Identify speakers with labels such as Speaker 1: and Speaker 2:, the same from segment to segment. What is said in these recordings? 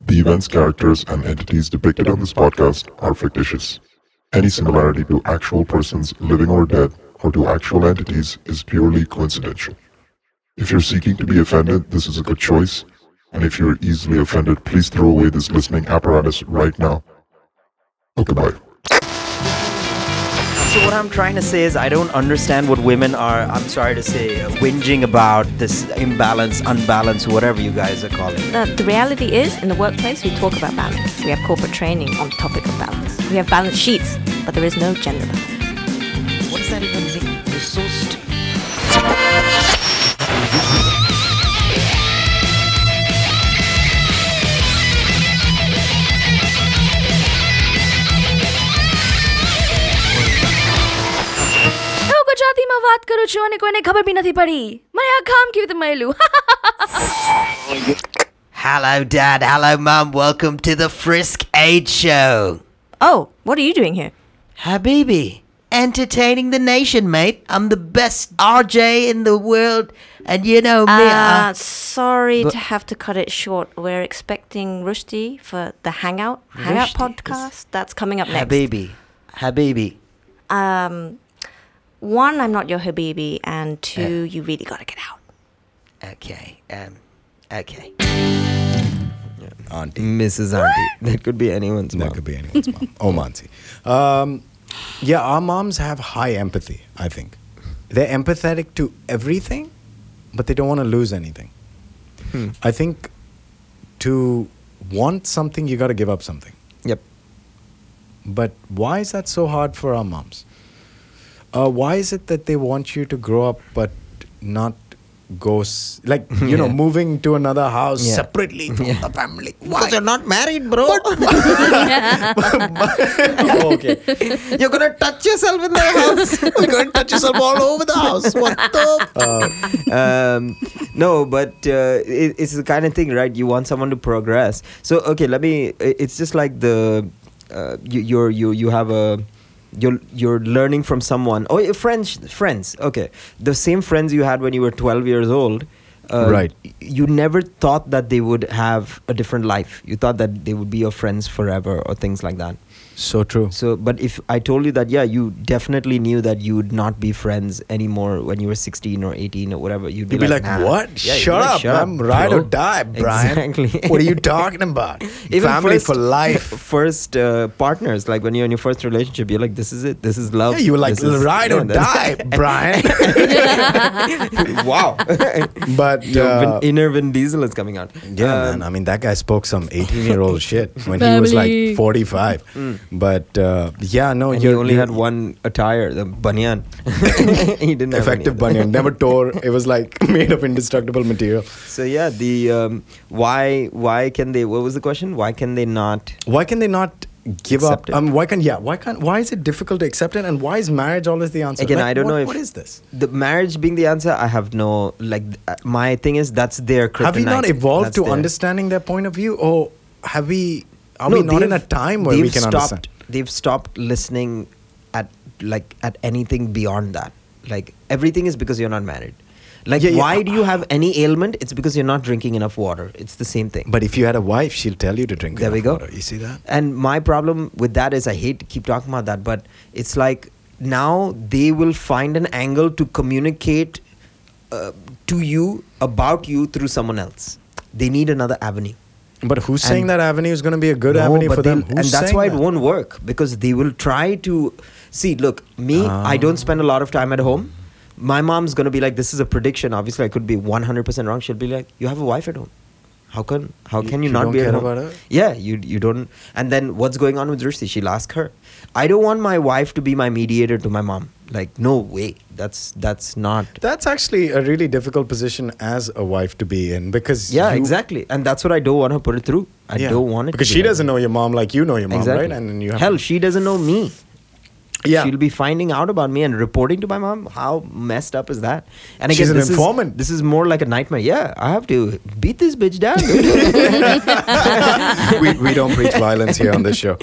Speaker 1: The events, characters, and entities depicted on this podcast are fictitious. Any similarity to actual persons, living or dead, or to actual entities is purely coincidental. If you're seeking to be offended, this is a good choice. And if you're easily offended, please throw away this listening apparatus right now. Okay, bye.
Speaker 2: So what I'm trying to say is I don't understand what women are. I'm sorry to say, uh, whinging about this imbalance, unbalance, whatever you guys are calling. it.
Speaker 3: The, the reality is, in the workplace, we talk about balance. We have corporate training on the topic of balance. We have balance sheets, but there is no gender balance.
Speaker 2: What does that even mean? You're so stu-
Speaker 4: હું ગુજરાતીમાં વાત કરું છું અને કોઈને ખબર બી નથી પડી મને આ કામ કેવી રીતે મળેલું
Speaker 2: Hello, Dad. Hello, Mum. Welcome to the Frisk Aid Show.
Speaker 3: Oh, what are you doing here?
Speaker 2: Habibi, entertaining the nation, mate. I'm the best RJ in the world, and you know me.
Speaker 3: Uh,
Speaker 2: I-
Speaker 3: sorry
Speaker 2: But-
Speaker 3: to have to cut it short. We're expecting Rushdie for the Hangout Hangout
Speaker 2: Rushdie is-
Speaker 3: podcast. That's coming up next.
Speaker 2: Habibi, Habibi.
Speaker 3: Um, one, I'm not your Habibi, and two, you really got to get out.
Speaker 2: Okay. Um. Okay.
Speaker 5: Auntie.
Speaker 6: Mrs. Auntie. That could be anyone's mom.
Speaker 5: That could be anyone's mom. Oh, Monty. Um, yeah, our moms have high empathy, I think. They're empathetic to everything, but they don't want to lose anything.
Speaker 6: Hmm.
Speaker 5: I think to want something, you got to give up something.
Speaker 6: Yep.
Speaker 5: But why is that so hard for our moms? Uh, why is it that they want you to grow up but not go, s- like, you know,
Speaker 6: Yeah.
Speaker 5: moving to another house
Speaker 6: Yeah.
Speaker 5: separately from
Speaker 6: Yeah.
Speaker 5: the family?
Speaker 6: Because you're not married, bro. Oh,
Speaker 5: okay.
Speaker 6: you're gonna touch yourself in the house. you're gonna touch yourself all over the house. What the? Uh, um, no, but uh, it, it's the kind of thing, right? You want someone to progress. So okay, let me. i- It's just like the uh, you you're, you you have a. You're, you're learning from someone. Oh, your friends, friends. Okay, the same friends you had when you were 12 years old. Uh,
Speaker 5: Right.
Speaker 6: y- You never thought that they would have a different life. You thought that they would be your friends forever or things like that.
Speaker 5: So true.
Speaker 6: So, but if I told you that, yeah, you definitely knew that you would not be friends anymore when you were 16 or 18 or whatever. You'd be,
Speaker 5: You'd be like,
Speaker 6: "Nah."
Speaker 5: what?
Speaker 6: Yeah, you'd be
Speaker 5: shut,
Speaker 6: like,
Speaker 5: up. I'm ride or
Speaker 6: bro."
Speaker 5: die, Brian.
Speaker 6: Exactly.
Speaker 5: what are you talking about?
Speaker 6: Even
Speaker 5: Family
Speaker 6: first-
Speaker 5: for life.
Speaker 6: First uh, partners, like when you're in your first relationship, you're like, this is it. This is love.
Speaker 5: Yeah, you were like,
Speaker 6: This is-
Speaker 5: ride or
Speaker 6: yeah, that's-
Speaker 5: die, Brian.
Speaker 6: wow.
Speaker 5: but
Speaker 6: Your
Speaker 5: uh,
Speaker 6: Vin- inner Vin Diesel is coming out.
Speaker 5: yeah, man.
Speaker 6: Um,
Speaker 5: I mean, that guy spoke some 18 year old shit when he was like 45. But uh, yeah, no,
Speaker 6: Hmm. And he
Speaker 5: you're,
Speaker 6: only
Speaker 5: you're
Speaker 6: had one attire, the banyan. he didn't have any
Speaker 5: effective
Speaker 6: other.
Speaker 5: bunion. Never tore. It was like made of indestructible material.
Speaker 6: So yeah, the um, why why can they? What was the question? Why can they not?
Speaker 5: Why can they not? Give up.
Speaker 6: Accept it.
Speaker 5: Um. Why can't? Yeah. Why can't? Why is it difficult to accept it? And why is marriage always the answer?
Speaker 6: Again,
Speaker 5: Like,
Speaker 6: I don't
Speaker 5: what-
Speaker 6: know if
Speaker 5: what is this.
Speaker 6: The marriage being the answer, I have no like. uh, My thing is that's their. Kryptonite.
Speaker 5: Have we not evolved
Speaker 6: That's
Speaker 5: to
Speaker 6: their-
Speaker 5: understanding their point of view, or have we? Are
Speaker 6: No,
Speaker 5: we not in a
Speaker 6: they've-
Speaker 5: time where
Speaker 6: they've
Speaker 5: we can
Speaker 6: stopped,
Speaker 5: understand?
Speaker 6: They've stopped listening at like at anything beyond that. Like everything is because you're not married. Like
Speaker 5: Yeah, yeah.
Speaker 6: why do you have any ailment? It's because you're not drinking enough water. It's the same thing.
Speaker 5: But if you had a wife, she'll tell you to drink.
Speaker 6: there we
Speaker 5: enough
Speaker 6: go.
Speaker 5: water. You see that?
Speaker 6: And my problem with that is I hate to keep talking about that, but it's like now they will find an angle to communicate uh, to you about you through someone else. They need another avenue.
Speaker 5: But who's saying
Speaker 6: And-
Speaker 5: that avenue is going to be a good
Speaker 6: No,
Speaker 5: avenue
Speaker 6: but
Speaker 5: for them?
Speaker 6: they'll-
Speaker 5: Who's
Speaker 6: and that's
Speaker 5: saying
Speaker 6: why
Speaker 5: that?
Speaker 6: it won't work because they will try to see. Look, me, I
Speaker 5: Ah.
Speaker 6: don't spend a lot of time at home. My mom's gonna be like, "This is a prediction." Obviously, I could be one hundred percent wrong. She'll be like, "You have a wife at home. How can how
Speaker 5: You-
Speaker 6: can you,
Speaker 5: you
Speaker 6: not
Speaker 5: don't
Speaker 6: be at
Speaker 5: care
Speaker 6: home?"
Speaker 5: about her?
Speaker 6: Yeah, you you don't. And then what's going on with Rushdie? She'll ask her. I don't want my wife to be my mediator to my mom. Like, no way. That's that's not.
Speaker 5: That's actually a really difficult position as a wife to be in because
Speaker 6: yeah,
Speaker 5: you-
Speaker 6: exactly. And that's what I don't want her put it through. I
Speaker 5: Yeah.
Speaker 6: don't want it
Speaker 5: because
Speaker 6: to be
Speaker 5: she
Speaker 6: like
Speaker 5: doesn't
Speaker 6: that.
Speaker 5: know your mom like you know your mom,
Speaker 6: exactly.
Speaker 5: right? And then you have
Speaker 6: hell, she doesn't know me.
Speaker 5: Yeah.
Speaker 2: She'll be finding out about me and reporting to my mom. How messed up is that? And
Speaker 5: She's
Speaker 2: again,
Speaker 5: an
Speaker 2: this
Speaker 5: informant.
Speaker 2: Is, this is more like a nightmare. Yeah, I have to beat this bitch down. dude.
Speaker 5: we, we don't preach violence here on this show.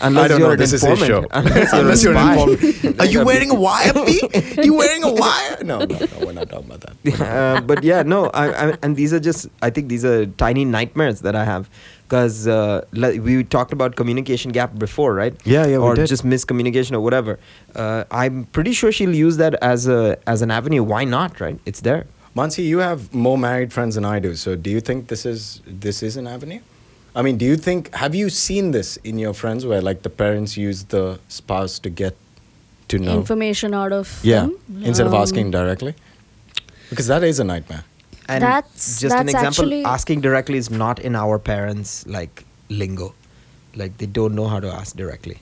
Speaker 2: Unless
Speaker 5: I don't
Speaker 2: you're
Speaker 5: know.
Speaker 2: an
Speaker 5: This is his show.
Speaker 2: informant. Unless you're a spy.
Speaker 5: informant. Are you wearing a wire, Pete? You wearing a wire? No, no, no. We're not talking about that.
Speaker 2: uh, but yeah, no, I, I, and these are just, I think these are tiny nightmares that I have. Because uh, like we talked about communication gap before, right?
Speaker 5: Yeah, yeah, we
Speaker 2: Or
Speaker 5: did.
Speaker 2: just miscommunication or whatever. Uh, I'm pretty sure she'll use that as a as an avenue. Why not? Right? It's there.
Speaker 5: Mansi, you have more married friends than I do. So, do you think this is this is an avenue? I mean, do you think have you seen this in your friends where like the parents use the spouse to get to know?
Speaker 4: Information out of
Speaker 5: Yeah,
Speaker 4: them.
Speaker 5: instead of
Speaker 4: Um,
Speaker 5: asking directly, because that is a nightmare.
Speaker 2: And
Speaker 4: That's-
Speaker 2: just an
Speaker 4: that's
Speaker 2: example.
Speaker 4: actually-
Speaker 2: asking directly is not in our parents' like lingo. Like they don't know how to ask directly.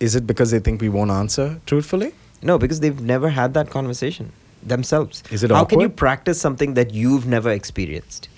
Speaker 5: Is it because they think we won't answer truthfully?
Speaker 2: No, because they've never had that conversation themselves.
Speaker 5: Is it
Speaker 2: How can you
Speaker 5: awkward?
Speaker 2: practice something that you've never experienced?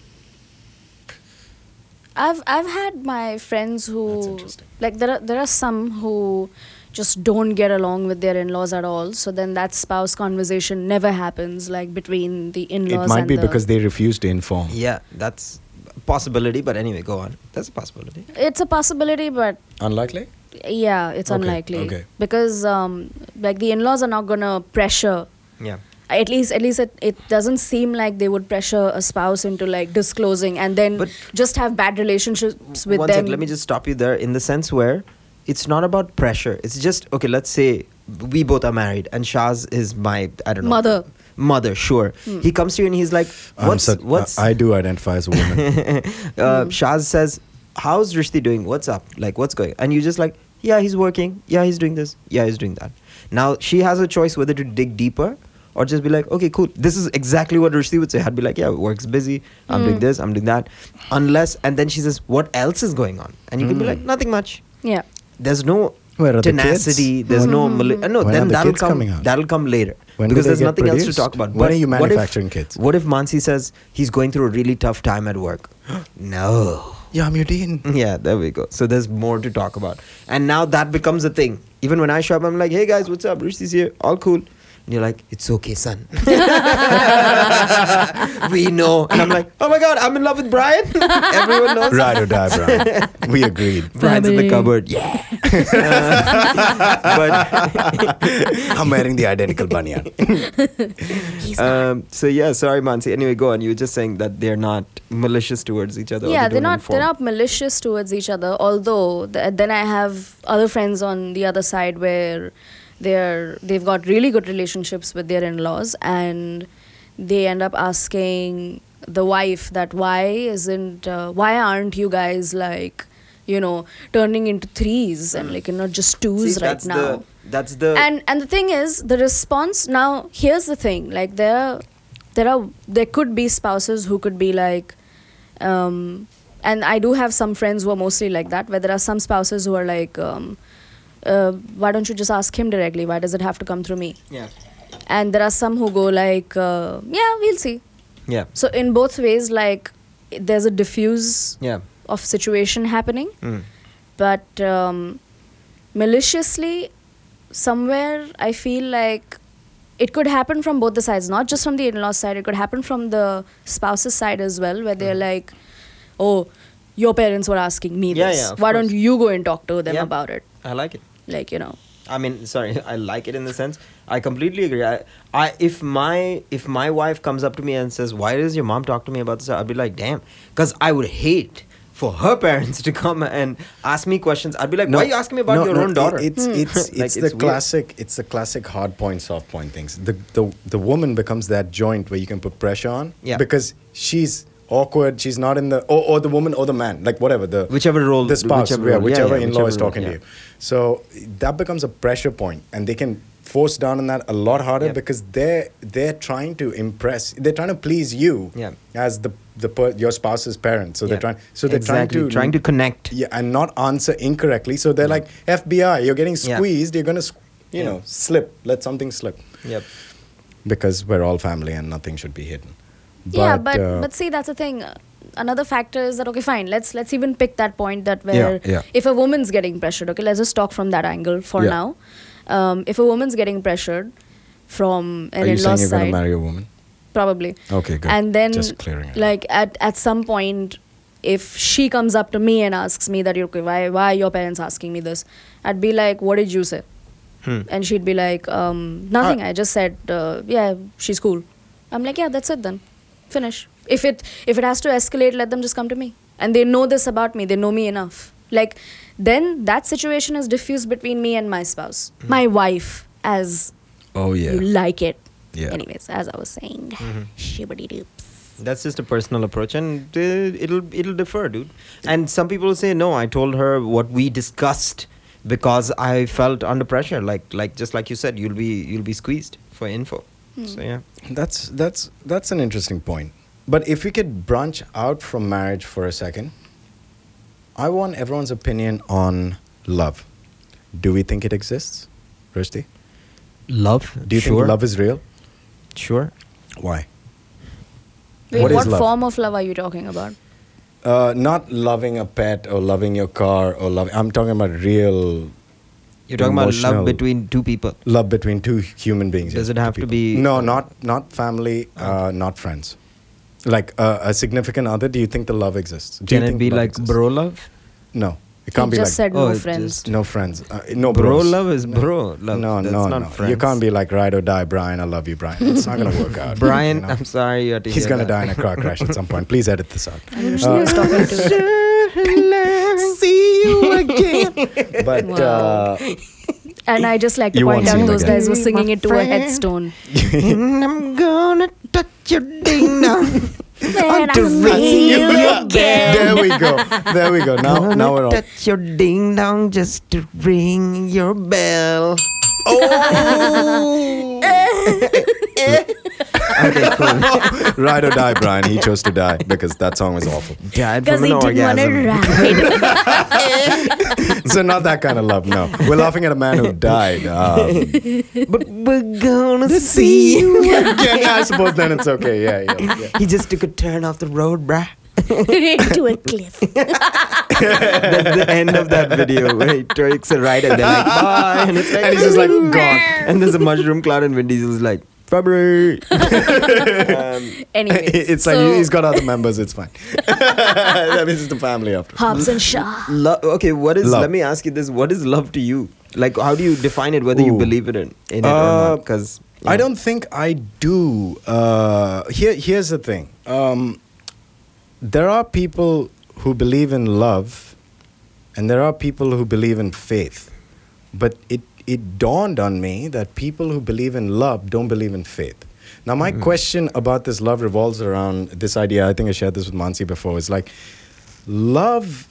Speaker 4: I've I've had my friends
Speaker 5: That's
Speaker 4: who
Speaker 5: interesting.
Speaker 4: like there are there are some who just don't get along with their in-laws at all. So then that spouse conversation never happens like between the in-laws.
Speaker 5: it might
Speaker 4: and
Speaker 5: be
Speaker 4: the,
Speaker 5: because they refuse to inform.
Speaker 2: Yeah, that's a possibility. But anyway, go on. That's a possibility.
Speaker 4: it's a possibility, but
Speaker 5: Unlikely.
Speaker 4: yeah, it's
Speaker 5: Okay,
Speaker 4: unlikely
Speaker 5: okay.
Speaker 4: because um, like the in-laws are not gonna pressure.
Speaker 2: Yeah.
Speaker 4: At least, at least it, it doesn't seem like they would pressure a spouse into like disclosing and then
Speaker 2: But-
Speaker 4: just have bad relationships with
Speaker 2: One
Speaker 4: them.
Speaker 2: sec, let me just stop you there in the sense where it's not about pressure. It's just okay. Let's say we both are married, and Shaz is my I don't know
Speaker 4: Mother. Hmm.
Speaker 2: Mother, sure. He comes to you and he's like,
Speaker 5: I'm
Speaker 2: "What's
Speaker 5: such-
Speaker 2: what's?"
Speaker 5: I, I do identify as a woman.
Speaker 2: uh, Shaz says, "How's Rishti doing? What's up? Like, what's going?" And you just like, "Yeah, he's working. Yeah, he's doing this. Yeah, he's doing that." Now she has a choice whether to dig deeper or just be like, "Okay, cool. This is exactly what Rishti would say." I'd be like, "Yeah, work's busy. I'm doing this. I'm doing that." Unless, and then she says, "What else is going on?" And you can be like, "Nothing much."
Speaker 4: yeah.
Speaker 2: There's no
Speaker 5: Where are the
Speaker 2: tenacity.
Speaker 5: kids?
Speaker 2: there's no mali- uh, no.
Speaker 5: When are
Speaker 2: then
Speaker 5: the
Speaker 2: that'll
Speaker 5: kids
Speaker 2: come.
Speaker 5: coming out?
Speaker 2: That'll come later
Speaker 5: When do
Speaker 2: because
Speaker 5: they
Speaker 2: there's
Speaker 5: get
Speaker 2: nothing else
Speaker 5: produced?
Speaker 2: to talk about.
Speaker 5: When
Speaker 2: But
Speaker 5: are you
Speaker 2: what if-
Speaker 5: manufacturing kids?
Speaker 2: What if Mansi says he's going through a really tough time at work? no.
Speaker 5: yeah, I'm your dean.
Speaker 2: Yeah, there we go. So there's more to talk about, and now that becomes a thing. Even when I show up, I'm like, "Hey guys, what's up? Rishi's here. All cool." And you're like, "It's okay, son. we know." And I'm like, "Oh my god, I'm in love with Brian." Everyone knows.
Speaker 5: Ride or die, Brian. we agreed.
Speaker 2: Brian's in the
Speaker 4: Family.
Speaker 2: cupboard. Yeah. Uh, but
Speaker 5: I'm wearing the identical banyan.
Speaker 2: um, so yeah, sorry, Mansi. Anyway, go on. You were just saying that they're not malicious towards each other. or
Speaker 4: yeah
Speaker 2: they
Speaker 4: they're
Speaker 2: don't
Speaker 4: not
Speaker 2: inform.
Speaker 4: they're not malicious towards each other although th- then i have other friends on the other side where they're they've got really good relationships with their in-laws and they end up asking the wife that why isn't uh, why aren't you guys like you know turning into threes and like you know just twos
Speaker 2: See,
Speaker 4: right
Speaker 2: that's
Speaker 4: now
Speaker 2: The, that's the
Speaker 4: and and the thing is the response now here's the thing like there there are there could be spouses who could be like um and i do have some friends who are mostly like that where there are some spouses who are like um uh, why don't you just ask him directly why does it have to come through me
Speaker 2: yeah,
Speaker 4: and there are some who go like uh, yeah we'll see
Speaker 2: yeah,
Speaker 4: so in both ways like there's a diffuse
Speaker 2: yeah.
Speaker 4: of situation happening
Speaker 2: Mm.
Speaker 5: Hmm.
Speaker 4: but um, maliciously somewhere i feel like it could happen from both the sides not just from the in-law side it could happen from the spouse's side as well where they're like oh your parents were asking me
Speaker 2: Mm-hmm. Yeah,
Speaker 4: this
Speaker 2: yeah, of
Speaker 4: why
Speaker 2: course.
Speaker 4: don't you go and talk to them
Speaker 2: Yeah.
Speaker 4: about it
Speaker 2: I like it.
Speaker 4: like you know
Speaker 2: I mean, sorry, I like it in the sense I completely agree. I, Uh, I if my if my wife comes up to me and says, "Why does your mom talk to me about this?" I'd be like, "Damn," because I would hate for her parents to come and ask me questions. I'd be like, "Why are you asking me about
Speaker 5: no,
Speaker 2: your
Speaker 5: no,
Speaker 2: own
Speaker 5: it-
Speaker 2: daughter?" Hmm.
Speaker 5: It's it's
Speaker 2: Like,
Speaker 5: it's
Speaker 2: it's
Speaker 5: the
Speaker 2: weird.
Speaker 5: classic it's the classic hard point soft point things. The the the woman becomes that joint where you can put pressure on
Speaker 2: Yeah.
Speaker 5: because she's awkward. She's not in the or, or the woman or the man like whatever the
Speaker 2: Whichever role-
Speaker 5: the spouse
Speaker 2: whichever
Speaker 5: yeah,
Speaker 2: role, yeah,
Speaker 5: whichever
Speaker 2: yeah,
Speaker 5: in law is
Speaker 2: whichever role,
Speaker 5: talking to
Speaker 2: yeah.
Speaker 5: you. So that becomes a pressure point, and they can force down on that a lot harder
Speaker 2: Yeah.
Speaker 5: because they're they're trying to impress. They're trying to please you
Speaker 2: Yeah.
Speaker 5: as the the per, your spouse's parent. So they're
Speaker 2: Yeah.
Speaker 5: trying so they're
Speaker 2: Exactly,
Speaker 5: trying to
Speaker 2: trying to connect.
Speaker 5: yeah, and not answer incorrectly. So they're like, FBI, you're getting
Speaker 2: Yeah.
Speaker 5: squeezed. You're going to, you
Speaker 2: Yeah.
Speaker 5: know, slip. Let something slip.
Speaker 2: Yep.
Speaker 5: Because we're all family and nothing should be hidden.
Speaker 4: yeah but
Speaker 5: uh,
Speaker 4: but see that's the thing another factor is that okay, fine. Let's let's even pick that point that where
Speaker 5: Yeah, yeah.
Speaker 4: if a woman's getting pressured, okay, let's just talk from that angle for
Speaker 5: Yeah.
Speaker 4: now. Um, if a woman's getting pressured from an
Speaker 5: Are you saying
Speaker 4: in-laws
Speaker 5: you're going
Speaker 4: side,
Speaker 5: to marry a woman?
Speaker 4: probably
Speaker 5: Okay, good.
Speaker 4: and then
Speaker 5: Just clearing it.
Speaker 4: like at at some point if she comes up to me and asks me that okay, why why are your parents asking me this i'd be like what did you say
Speaker 6: Hmm.
Speaker 4: and she'd be like um, nothing i just said uh, yeah she's cool i'm like yeah that's it then finish if it if it has to escalate let them just come to me and they know this about me they know me enough like then that situation is diffused between me and my spouse my wife as
Speaker 5: Oh, yeah.
Speaker 4: you like it
Speaker 5: Yeah.
Speaker 4: anyways as i was saying shibbity doops
Speaker 6: That's just a personal approach, and uh, it'll it'll differ, dude. And some people say, no, I told her what we discussed because I felt under pressure. Like like just like you said, you'll be you'll be squeezed for info.
Speaker 5: Hmm.
Speaker 6: So yeah,
Speaker 5: That's that's that's an interesting point. But if we could branch out from marriage for a second, I want everyone's opinion on love. Do we think it exists, Rusty?
Speaker 6: love.
Speaker 5: Do you think love is real?
Speaker 6: sure?
Speaker 5: Why?
Speaker 4: Wait,
Speaker 5: What
Speaker 4: what,
Speaker 5: is love?
Speaker 4: form of love are you talking about
Speaker 5: Uh, not loving a pet or loving your car or loving. I'm talking about real
Speaker 6: You're talking about
Speaker 5: Emotional.
Speaker 6: love between two people.
Speaker 5: love between two human beings.
Speaker 6: Does
Speaker 5: yeah,
Speaker 6: it
Speaker 5: two
Speaker 6: have to
Speaker 5: people.
Speaker 6: be-
Speaker 5: No, not not family, uh, not friends. Like uh, a significant other. Do you think the love exists? Do you
Speaker 6: Can it
Speaker 5: think
Speaker 6: be
Speaker 5: love
Speaker 6: like
Speaker 5: exists?
Speaker 6: bro love?
Speaker 5: No, it can't
Speaker 4: you
Speaker 5: be
Speaker 4: just
Speaker 5: like
Speaker 4: said
Speaker 6: Oh,
Speaker 4: no
Speaker 6: it
Speaker 4: friends
Speaker 6: just-
Speaker 5: no friends. Uh, no
Speaker 6: bro
Speaker 5: bros.
Speaker 6: love is bro love.
Speaker 5: No,
Speaker 6: That's
Speaker 5: no,
Speaker 6: not
Speaker 5: no.
Speaker 6: Friends.
Speaker 5: You can't be like ride or die, Brian. I love you, Brian. It's not gonna work out.
Speaker 6: Brian.
Speaker 5: you know?
Speaker 6: I'm sorry, you had to
Speaker 5: He's
Speaker 6: hear
Speaker 5: gonna die
Speaker 6: that.
Speaker 5: in a car crash at some point. Please edit this out.
Speaker 4: I don't know who was talking
Speaker 5: Uh,
Speaker 4: to.
Speaker 6: See you again.
Speaker 5: But
Speaker 4: Wow.
Speaker 5: uh,
Speaker 4: and i just like to
Speaker 5: You
Speaker 4: point
Speaker 5: won't
Speaker 4: out
Speaker 5: sing
Speaker 4: those
Speaker 5: again.
Speaker 4: guys were singing
Speaker 6: My
Speaker 4: it to a
Speaker 6: friend.
Speaker 4: headstone
Speaker 6: and I'm gonna touch your ding now.
Speaker 4: Then I
Speaker 6: see
Speaker 4: feel
Speaker 6: you
Speaker 5: there we go. There we go. Now, now we're all.
Speaker 6: touch your ding dong just to ring your bell.
Speaker 5: Ride or die, Brian. He chose to die because that song was awful.
Speaker 6: Died
Speaker 4: because he didn't want to ride
Speaker 5: So not that kind of love. No, we're laughing at a man who died. Um,
Speaker 6: but we're gonna see you.
Speaker 5: yeah, yeah, I suppose then it's okay. Yeah, yeah. yeah.
Speaker 6: he just took a turn off the road, bruh.
Speaker 4: to a cliff
Speaker 6: That's the end of that video where he takes a ride and they're like, bye. And, it's like,
Speaker 5: And he's just like gone.
Speaker 6: and there's a mushroom cloud and Vin Diesel's like, February.
Speaker 4: anyway
Speaker 5: It's like
Speaker 4: so,
Speaker 5: he's got other members. It's fine. that means it's the family after.
Speaker 4: hobbs and shaw
Speaker 6: Lo- okay, what is?
Speaker 5: Love.
Speaker 6: Let me ask you this: What is love to you? Like, how do you define it? Whether you
Speaker 5: Ooh.
Speaker 6: believe it in, in it or
Speaker 5: Uh,
Speaker 6: not? Because
Speaker 5: I don't think I do. Uh, here, here's the thing. Um, there are people who believe in love, and there are people who believe in faith. But it it dawned on me that people who believe in love don't believe in faith. Now, my question about this love revolves around this idea. I think I shared this with Mansi before. It's like love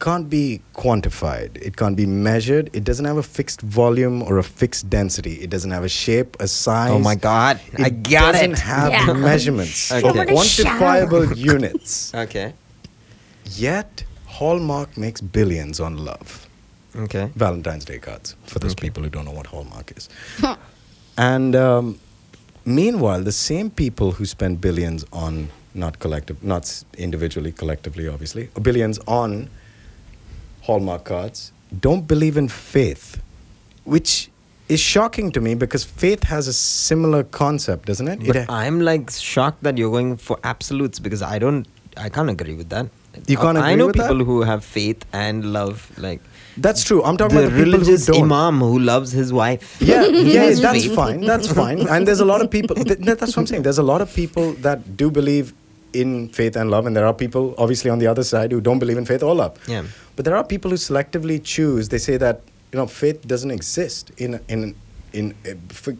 Speaker 5: can't be quantified. It can't be measured. It doesn't have a fixed volume or a fixed density. It doesn't have a shape, a size.
Speaker 6: Oh my God. I got
Speaker 5: doesn't
Speaker 6: it.
Speaker 5: have
Speaker 3: Yeah.
Speaker 5: measurements
Speaker 6: Okay.
Speaker 5: or
Speaker 6: Somebody
Speaker 5: quantifiable units.
Speaker 6: Okay.
Speaker 5: Yet, Hallmark makes billions on love.
Speaker 6: Okay.
Speaker 5: Valentine's Day cards for those people who don't know what Hallmark is. and um, meanwhile, the same people who spend billions on not collective, not s- individually, collectively, obviously, billions on Hallmark cards don't believe in faith, which is shocking to me because faith has a similar concept, doesn't it? uh,
Speaker 6: But
Speaker 5: It-
Speaker 6: I'm like shocked that you're going for absolutes because I don't. I can't agree with that.
Speaker 5: You can't
Speaker 6: I, I
Speaker 5: agree
Speaker 6: know
Speaker 5: with that?
Speaker 6: people who have faith and love, like
Speaker 5: that's true. I'm talking
Speaker 6: the
Speaker 5: about the people who
Speaker 6: religious
Speaker 5: don't.
Speaker 6: imam who loves his wife.
Speaker 5: Yeah,
Speaker 6: He
Speaker 5: yeah,
Speaker 6: has
Speaker 5: that's
Speaker 6: faith.
Speaker 5: fine. That's fine. And there's a lot of people. Th- th- that's what I'm saying. There's a lot of people that do believe in faith and love, and there are people, obviously, on the other side who don't believe in faith or love.
Speaker 6: Yeah.
Speaker 5: But there are people who selectively choose. They say that you know faith doesn't exist in in in uh, for,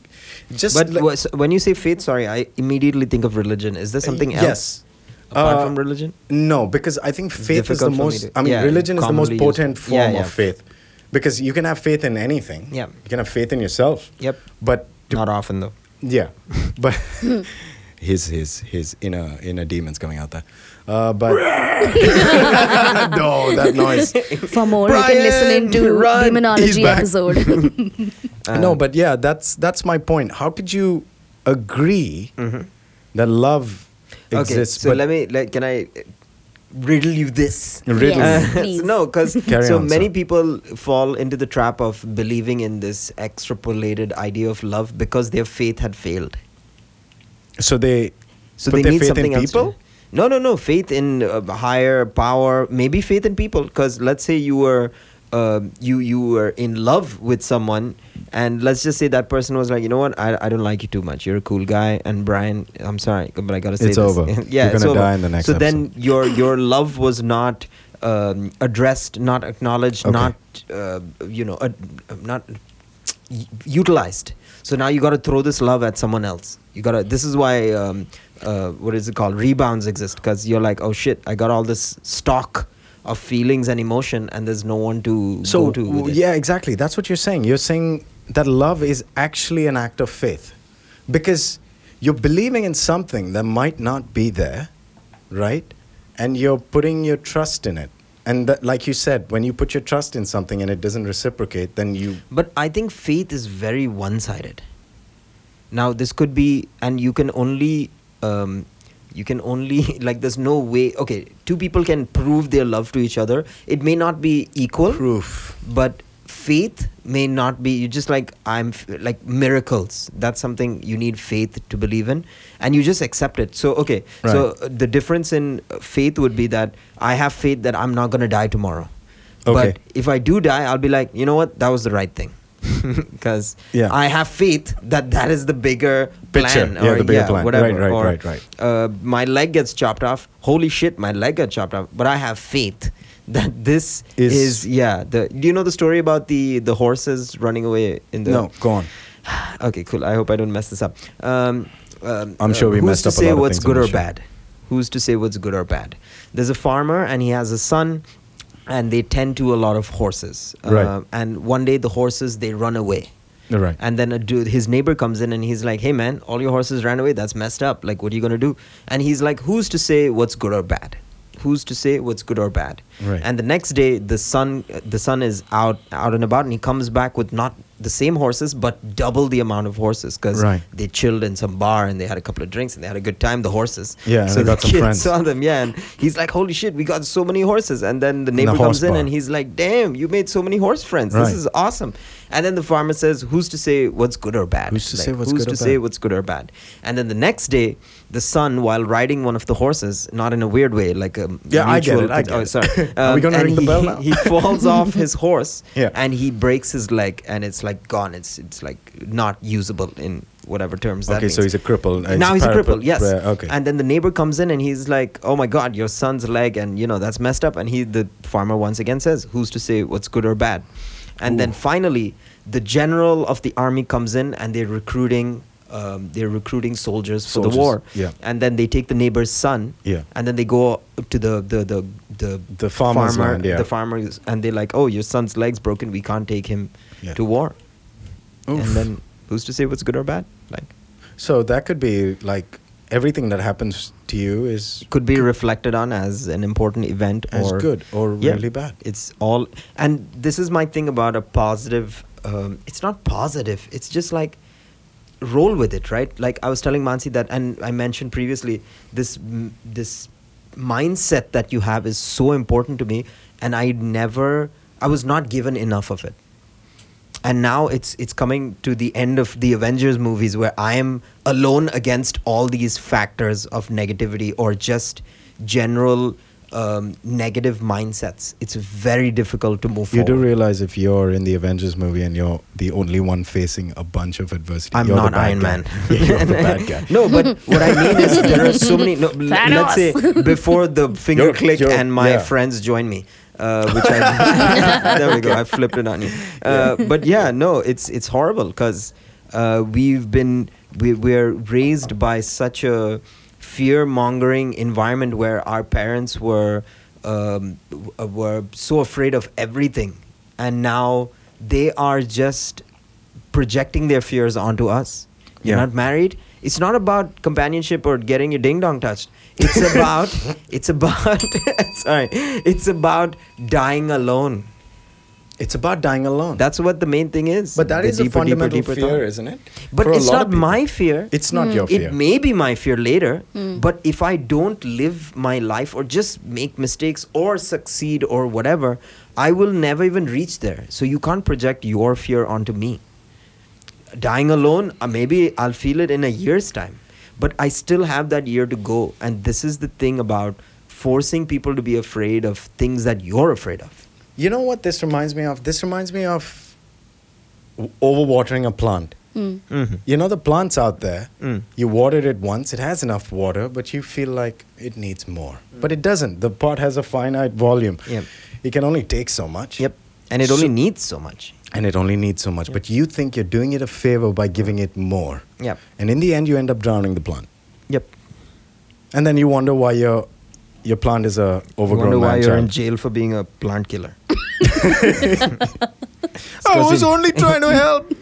Speaker 5: just
Speaker 6: But
Speaker 5: like-
Speaker 6: wha- so when you say faith, sorry, I immediately think of religion. Is there something else?
Speaker 5: Uh, Yes.
Speaker 6: Apart
Speaker 5: Uh,
Speaker 6: from religion?
Speaker 5: No, because I think faith is the
Speaker 6: difficult for me
Speaker 5: most.
Speaker 6: to-
Speaker 5: I mean,
Speaker 6: yeah,
Speaker 5: religion is the most
Speaker 6: commonly used.
Speaker 5: potent
Speaker 6: Yeah,
Speaker 5: form
Speaker 6: yeah.
Speaker 5: of faith, because you can have faith in anything.
Speaker 6: Yeah.
Speaker 5: You can have faith in yourself.
Speaker 6: Yep.
Speaker 5: But to
Speaker 6: Not often though.
Speaker 5: Yeah, but his his his inner inner demons coming out there. Uh, but no, that noise.
Speaker 4: for more you can listen into
Speaker 5: run. He's
Speaker 4: demonology
Speaker 5: back.
Speaker 4: episode
Speaker 5: no, but yeah, that's that's my point. How could you agree that love exists.
Speaker 6: Mm-hmm. Okay, so
Speaker 5: but
Speaker 6: let me. Let, can I uh, riddle you this?
Speaker 5: Riddle
Speaker 4: Yes,
Speaker 6: Uh,
Speaker 4: please.
Speaker 6: no, because
Speaker 5: Carry
Speaker 6: so
Speaker 5: on,
Speaker 6: many
Speaker 5: sir.
Speaker 6: people fall into the trap of believing in this extrapolated idea of love because their faith had failed.
Speaker 5: so they
Speaker 6: So
Speaker 5: put
Speaker 6: they
Speaker 5: their
Speaker 6: need
Speaker 5: faith
Speaker 6: something
Speaker 5: in
Speaker 6: else to-
Speaker 5: people.
Speaker 6: no, no, no. Faith in uh, higher power, maybe faith in people. Because let's say you were, uh, you you were in love with someone, and let's just say that person was like, you know what, I, I don't like you too much. You're a cool guy, and Brian, I'm sorry, but I gotta say
Speaker 5: It's
Speaker 6: this.
Speaker 5: over.
Speaker 6: yeah,
Speaker 5: You're
Speaker 6: it's
Speaker 5: gonna
Speaker 6: over.
Speaker 5: die in the next
Speaker 6: So then your your love was not. Um, addressed, not acknowledged,
Speaker 5: Okay.
Speaker 6: not uh, you know, uh, not u- utilized. So now you got to throw this love at someone else. You got to. This is why um, uh, what is it called? Rebounds exist because you're like, oh shit, I got all this stock of feelings and emotion, and there's no one to
Speaker 5: So
Speaker 6: go to. With it.
Speaker 5: yeah, exactly. That's what you're saying. You're saying that love is actually an act of faith, because you're believing in something that might not be there, right? And you're putting your trust in it. And that, like you said, when you put your trust in something and it doesn't reciprocate, then you
Speaker 6: But I think faith is very one sided. Now this could be, and you can only, um, you can only like there's no way. Okay, two people can prove their love to each other. It may not be equal.
Speaker 5: proof.
Speaker 6: but faith may not be you just like i'm f- like miracles that's something you need faith to believe in and you just accept it so okay so
Speaker 5: Right.
Speaker 6: uh, the difference in uh, faith would be that i have faith that i'm not going to die tomorrow
Speaker 5: Okay.
Speaker 6: but if i do die i'll be like you know what that was the right thing because
Speaker 5: Yeah.
Speaker 6: i have faith that that is the bigger
Speaker 5: Picture.
Speaker 6: plan
Speaker 5: Yeah,
Speaker 6: or
Speaker 5: the bigger
Speaker 6: yeah,
Speaker 5: plan.
Speaker 6: whatever
Speaker 5: Right, right,
Speaker 6: or,
Speaker 5: right, right.
Speaker 6: uh, my leg gets chopped off. Holy shit, my leg got chopped off. But I have faith that this
Speaker 5: Is-
Speaker 6: is, yeah. The do you know the story about the the horses running away in the
Speaker 5: No, go on.
Speaker 6: okay, cool. I hope I don't mess this up. Um, um,
Speaker 5: I'm sure we
Speaker 6: who's
Speaker 5: messed
Speaker 6: to
Speaker 5: up a
Speaker 6: say
Speaker 5: lot of
Speaker 6: what's
Speaker 5: things on
Speaker 6: good
Speaker 5: the
Speaker 6: or
Speaker 5: show.
Speaker 6: bad? Who's to say what's good or bad? There's a farmer and he has a son, and they tend to a lot of horses. Uh,
Speaker 5: Right.
Speaker 6: and one day the horses they run away.
Speaker 5: Right.
Speaker 6: And then a dude, his neighbor comes in and he's like, "Hey man, all your horses ran away. That's messed up. Like, what are you gonna do?" And he's like, "Who's to say what's good or bad? Who's to say what's good or bad?"
Speaker 5: Right.
Speaker 6: And the next day, the son, the son is out, out and about, and he comes back with not the same horses, but double the amount of horses because
Speaker 5: Right.
Speaker 6: they chilled in some bar and they had a couple of drinks and they had a good time. The horses.
Speaker 5: Yeah, and they
Speaker 6: So
Speaker 5: got
Speaker 6: the
Speaker 5: some
Speaker 6: kid
Speaker 5: friends.
Speaker 6: saw them. Yeah. And he's like, "Holy shit, we got so many horses!" And then the neighbor
Speaker 5: horse
Speaker 6: comes in
Speaker 5: bar.
Speaker 6: and he's like, "Damn, you made so many horse friends.
Speaker 5: Right.
Speaker 6: This is awesome. And then the farmer says, Who's to say what's good or bad?
Speaker 5: Who's to say what's
Speaker 6: who's
Speaker 5: good or
Speaker 6: to say
Speaker 5: bad?
Speaker 6: what's good or bad? And then the next day, the son, while riding one of the horses, not in a weird way, like a
Speaker 5: Yeah, I get
Speaker 6: mutual-
Speaker 5: it, I get
Speaker 6: oh,
Speaker 5: it.
Speaker 6: sorry.
Speaker 5: Are we gonna
Speaker 6: and
Speaker 5: ring the
Speaker 6: he-
Speaker 5: bell now?
Speaker 6: He falls off his horse
Speaker 5: Yeah.
Speaker 6: and he breaks his leg and it's like gone. It's it's like not usable in whatever terms that
Speaker 5: Okay, so
Speaker 6: means.
Speaker 5: he's a cripple. uh,
Speaker 6: now he's a
Speaker 5: parapl-
Speaker 6: cripple, yes.
Speaker 5: uh, Okay.
Speaker 6: And then the neighbor comes in and he's like, "Oh my God, your son's leg, and you know that's messed up." And he, the farmer, once again says, "Who's to say what's good or bad?" And then finally, the general of the army comes in and they're recruiting, um, they're recruiting soldiers for
Speaker 5: Soldiers,
Speaker 6: the war.
Speaker 5: yeah.
Speaker 6: And then they take the neighbor's son.
Speaker 5: Yeah.
Speaker 6: And then they go to the the the the,
Speaker 5: The farmer's
Speaker 6: farmer,
Speaker 5: land, yeah.
Speaker 6: the farmers, and they're like, "Oh, your son's leg's broken. We can't take him
Speaker 5: Yeah.
Speaker 6: to war."
Speaker 5: Oof.
Speaker 6: And then who's to say what's good or bad? Like.
Speaker 5: so that could be like everything that happens to you is
Speaker 6: could be reflected on as an important event
Speaker 5: As
Speaker 6: or
Speaker 5: good or really bad.
Speaker 6: It's all, and this is my thing about a positive. Um, it's not positive. It's just like roll with it, right? Like I was telling Mansi that, and I mentioned previously this m- this mindset that you have is so important to me, and I never, I was not given enough of it and now it's it's coming to the end of the Avengers movies where I am alone against all these factors of negativity or just general um, negative mindsets. It's very difficult to move
Speaker 5: You do
Speaker 6: forward.
Speaker 5: realize if you're in the Avengers movie and you're the only one facing a bunch of adversity,
Speaker 6: I'm
Speaker 5: you're the
Speaker 6: not
Speaker 5: bad
Speaker 6: Iron
Speaker 5: guy.
Speaker 6: Man.
Speaker 5: Yeah, you're the bad guy.
Speaker 6: no, but what I mean is there are so many. No, l- let's say before the finger
Speaker 5: You're-
Speaker 6: click
Speaker 5: you're-
Speaker 6: and my
Speaker 5: yeah.
Speaker 6: friends join me, uh, which I there we go. I flipped it on you. Uh, But yeah, no, it's it's horrible because uh, we've been we we're raised by such a fear mongering environment where our parents were um, w- uh, were so afraid of everything, and now they are just projecting their fears onto us. You're
Speaker 5: Yeah.
Speaker 6: not married. It's not about companionship or getting your ding dong touched. It's about it's about sorry. It's about dying alone.
Speaker 5: It's about dying alone.
Speaker 6: That's what the main thing is.
Speaker 5: but that
Speaker 6: The
Speaker 5: is
Speaker 6: deeper,
Speaker 5: a fundamental
Speaker 6: deeper, deeper
Speaker 5: fear,
Speaker 6: thought.
Speaker 5: isn't it?
Speaker 6: But
Speaker 5: For a
Speaker 6: it's
Speaker 5: lot
Speaker 6: not
Speaker 5: of people.
Speaker 6: my fear. Mm.
Speaker 5: It's not your fear.
Speaker 6: It may be my fear later, but if I don't live my life or just make mistakes or succeed or whatever, I will never even reach there. So you can't project your fear onto me. Dying alone, uh, maybe I'll feel it in a year's time, but I still have that year to go. And this is the thing about forcing people to be afraid of things that you're afraid of.
Speaker 5: You know what this reminds me of? This reminds me of w- overwatering a plant.
Speaker 6: Mm-hmm.
Speaker 5: You know the plants out there,
Speaker 6: Mm.
Speaker 5: you watered it once, it has enough water, but you feel like it needs more. But it doesn't. The pot has a finite volume.
Speaker 6: Yep.
Speaker 5: It can only take so much.
Speaker 6: Yep. And it only
Speaker 5: So-
Speaker 6: needs so much.
Speaker 5: And it only needs so much. But you think you're doing it a favor by giving it more.
Speaker 6: Yep.
Speaker 5: And in the end you end up drowning the plant.
Speaker 6: Yep.
Speaker 5: And then you wonder why your your plant is a overgrown
Speaker 6: Wonder why
Speaker 5: man
Speaker 6: you're in
Speaker 5: child.
Speaker 6: jail for being a plant killer.
Speaker 5: I was
Speaker 6: Cousin.
Speaker 5: only trying to help.